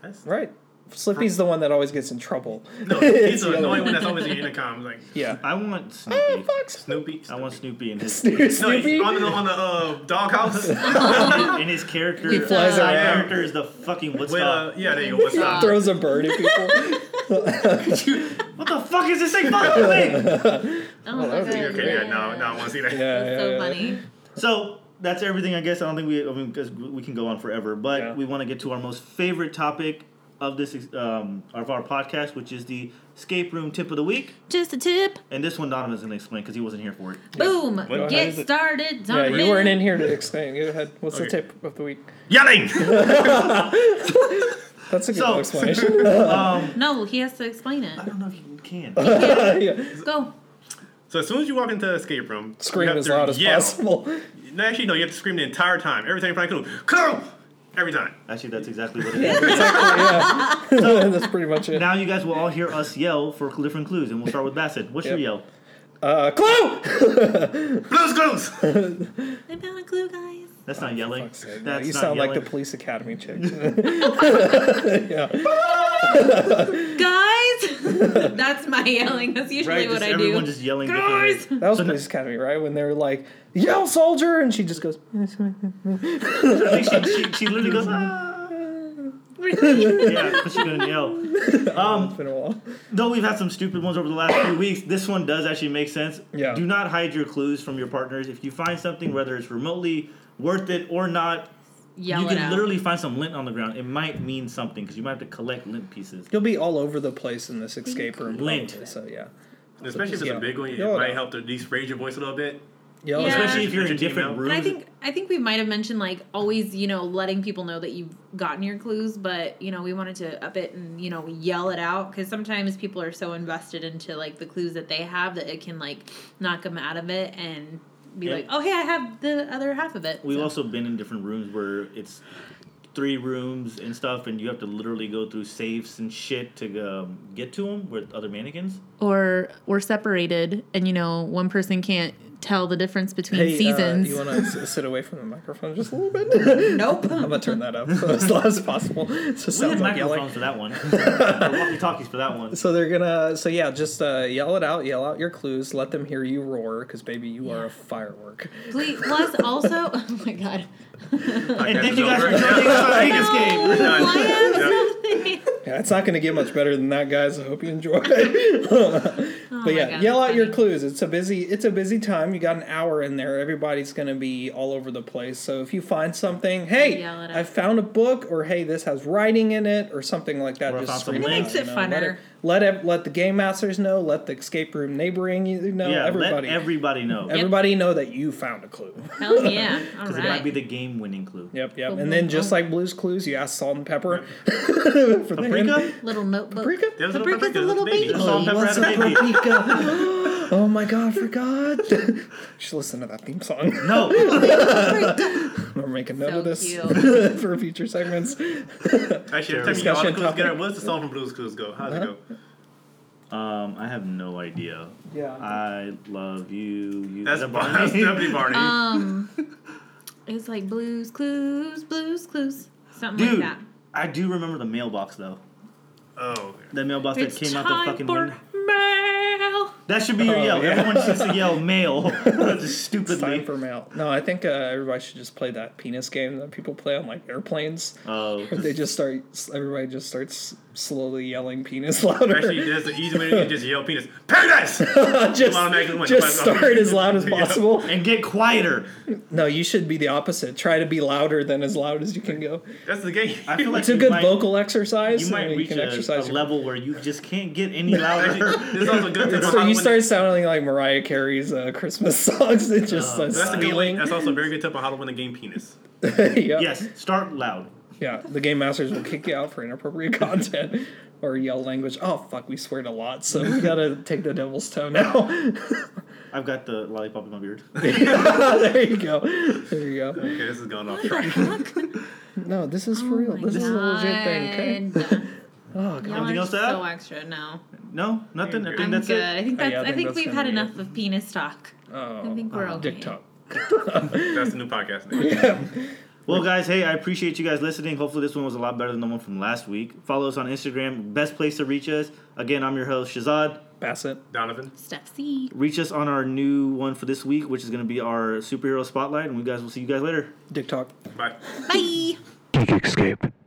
S5: That's-
S1: Right. Slippy's the one that always gets in trouble.
S5: No, he's
S1: It's
S5: the
S1: the other
S5: annoying
S1: one.
S5: one that's always in the intercom. Like
S1: Yeah.
S4: I want Snoopy.
S5: Snoopy.
S4: I want Snoopy in his
S5: No,
S1: Snoopy.
S5: he's on the on the uh, doghouse. uh,
S4: in his character. His
S1: flies
S4: side
S5: around.
S4: character is the fucking Woodstock.
S5: well, uh, yeah, there you go. What's up?
S1: Throws a bird at people.
S4: what the fuck is this thing fucking thing?
S3: Oh, my
S1: that was
S3: God.
S5: Okay, yeah, no, no, I want to see that.
S1: yeah,
S3: So
S1: yeah, yeah.
S3: funny.
S4: So that's everything. I guess I don't think we. I mean, because we can go on forever, but
S1: Yeah.
S4: we want to get to our most favorite topic of this um, of our podcast, which is the escape room tip of the week.
S3: Just a tip.
S4: And this one Donovan's gonna explain because he wasn't here for it.
S3: Boom.
S1: how
S3: Get
S1: does it-
S3: started.
S1: Yeah,
S3: Donovan.
S1: you weren't in here to explain. Go ahead. What's the
S5: Okay.
S1: tip of the week?
S5: Yelling.
S1: That's a good
S4: So-
S1: explanation.
S3: No, he has to explain it.
S4: I don't know if you can.
S3: Go.
S5: So as soon as you walk into the escape room, you
S1: Scream
S5: have
S1: as
S5: to
S1: loud as
S5: yell.
S1: possible.
S5: No, actually, no, you have to scream the entire time. Every time you find a clue, clue! Every time.
S4: Actually, that's exactly what it is.
S1: That's pretty much it.
S4: Now you guys will all hear us yell for different clues, and we'll start with Bassett. What's your
S1: Yep.
S4: yell?
S1: Uh, clue.
S5: Clues, clues!
S3: I found a clue, guys.
S4: That's not yelling.
S1: Fuck's sake, no,
S4: That's
S1: you
S4: not
S1: sound
S4: yelling.
S1: like the police academy chick.
S3: Guys, that's my yelling. That's usually
S4: Right,
S3: what
S4: just
S3: I
S4: everyone
S3: do.
S4: just yelling.
S3: Guys,
S4: differently.
S1: That was police academy, right? When they were like, "Yell, soldier!" and she just goes,
S4: I think she, she, she literally goes, ah.
S3: really?
S4: yeah, because she's gonna yell.
S1: "It's been a while."
S4: Though we've had some stupid ones over the last few weeks, this one does actually make sense.
S1: Yeah.
S4: Do not hide your clues from your partners. If you find something, whether it's remotely worth it or not,
S3: Yell
S4: you
S3: it
S4: can
S3: out.
S4: literally find some lint on the ground. It might mean something because you might have to collect lint pieces.
S1: You'll be all over the place in this escape room.
S4: Lint.
S1: probably, so yeah,
S5: Especially if it's
S1: Yeah.
S5: a big one, it
S1: Yell it
S5: might
S1: out.
S5: help to at least raise your voice a little bit.
S1: yell.
S3: Yeah.
S4: Especially if you're in
S5: Put your
S4: different
S5: email.
S4: rooms.
S3: And I think I think we might have mentioned like always, you know, letting people know that you've gotten your clues, but you know, we wanted to up it and you know yell it out because sometimes people are so invested into like the clues that they have that it can like knock them out of it and be
S4: Yeah.
S3: like, oh hey, I have the other half of it.
S4: We've
S3: So-
S4: also been in different rooms where it's three rooms and stuff, and you have to literally go through safes and shit to um, get to them with other mannequins.
S3: or we're separated and you know one person can't tell the difference between
S1: Hey, uh,
S3: seasons.
S1: you want to sit away from the microphone just a little bit?
S3: nope.
S1: I'm gonna turn that up so as loud as possible. So it
S4: We had
S1: sounds like
S4: microphones
S1: yelling.
S4: for that one. Walkie talkies for that one.
S1: So they're gonna. So yeah, just uh, yell it out. Yell out your clues. Let them hear you roar, because baby, you are a firework.
S3: Please, plus also, oh my god.
S4: And
S5: Podcast
S4: thank
S5: is
S4: you guys for
S5: over.
S4: joining us on Vegas Game.
S3: No,
S5: Done.
S3: Lions.
S5: Yeah.
S1: Yeah, it's not gonna get much better than that, guys. I hope you enjoy. but yeah,
S3: Oh God,
S1: yell out
S3: that's
S1: your
S3: funny.
S1: clues. It's a busy. It's a busy time. You got an hour in there. Everybody's gonna be all over the place. So if you find something, hey,
S3: Yell it
S1: I
S3: out.
S1: found a book, or hey, this has writing in it, or something like that.
S4: Or I found
S1: just
S4: some
S1: scream out,
S4: links.
S1: you
S3: Makes it
S1: know, Let,
S3: funner.
S1: it, let it- let the game masters know. Let the escape room neighboring you know.
S4: yeah,
S1: everybody.
S4: let everybody know.
S1: Everybody know that you found a clue.
S3: Hell yeah. All
S4: Because it might
S3: right.
S4: be the game winning clue.
S1: Yep, yep.
S3: Boom,
S1: And then
S3: boom,
S1: just
S3: boom.
S1: like Blue's Clues, you ask salt and pepper. for
S4: Uh,
S1: the hint.
S4: Paprika?
S3: little notebook.
S1: Paprika?
S5: There's no
S3: Paprika's a
S5: paprika,
S3: little
S5: it's baby.
S3: baby.
S4: Salt and pepper
S1: What's
S4: had
S1: up,
S4: a baby.
S1: paprika? oh my god, I forgot. Just listen to that theme song.
S4: No.
S1: We're making note
S3: So
S1: of this
S3: cute.
S1: for future segments.
S5: Actually, every time you all the
S1: Discussion
S5: clues together,
S1: topic.
S5: what's the song from Blues Clues go? How'd it go?
S4: Um, I have no idea.
S1: Yeah.
S4: I love you. you
S5: That's,
S4: is that
S5: Barney.
S4: Barney?
S5: that's definitely Barney.
S3: Um, it was like blues, clues, blues, clues. Something
S4: Dude,
S3: like that.
S4: I do remember the mailbox though.
S5: oh,
S4: The mailbox
S3: It's
S4: that came out
S3: time
S4: the fucking
S3: for
S4: window.
S3: mail.
S4: That should be your
S1: Oh,
S4: yell.
S1: yeah.
S4: Everyone needs to yell mail. Just
S1: It's time
S4: stupidly.
S1: for mail. No, I think uh, everybody should just play that penis game that people play on like airplanes.
S4: Oh,
S1: They just start. Everybody just starts slowly yelling penis louder.
S5: actually, that's the easy way to just yell penis. Paradise!
S1: just,
S5: automatically win.
S1: just start as loud as
S5: Yeah.
S1: possible.
S4: and get quieter.
S1: No, you should be the opposite. Try to be louder than as loud as you can go.
S5: That's the game.
S4: I feel like
S1: It's a
S4: you
S1: good
S4: might,
S1: vocal exercise.
S4: You
S1: and
S4: might
S1: you
S4: reach
S1: can
S4: a,
S1: exercise
S4: a
S1: your-
S4: level where you just can't get any louder.
S5: This is also good tip on
S1: So
S5: how
S1: you
S5: to win-
S1: start sounding like Mariah Carey's uh, Christmas songs that just
S4: Oh,
S1: uh,
S5: That's a good way.
S1: squealing.
S5: That's also a very good tip on how to win the game penis.
S1: yeah.
S4: yes, start loud.
S1: yeah, the game masters will kick you out for inappropriate content or yell language. Oh fuck, we sweared a lot, so we gotta take the devil's toe now.
S4: I've got the lollipop in my beard.
S1: there you go. There you go.
S5: Okay, this is going off track.
S1: No, this is for
S3: Oh
S1: real. This is a legit thing. Okay.
S3: God.
S1: Oh god.
S3: Y'all are
S4: else to
S3: so
S4: add?
S3: extra now.
S4: No, nothing. I think
S3: I'm
S4: that's
S3: good.
S4: it.
S3: I think
S1: Oh,
S3: that's.
S1: yeah, I
S3: I think,
S1: think that's
S3: we've
S1: gonna
S3: had
S1: be
S3: enough of penis talk. I
S1: Oh,
S3: think we're okay.
S1: dick talk.
S5: That's the new podcast name.
S4: Well, Well, guys, hey, I appreciate you guys listening. Hopefully, this one was a lot better than the one from last week. Follow us on Instagram, best place to reach us. Again, I'm your host, Shazad.
S1: Bassett.
S5: Donovan.
S3: Steph C.
S4: Reach us on our new one for this week, which is going to be our superhero spotlight, and we guys will see you guys later.
S1: Dick Talk.
S5: Bye.
S3: Bye.
S7: Geek Escape.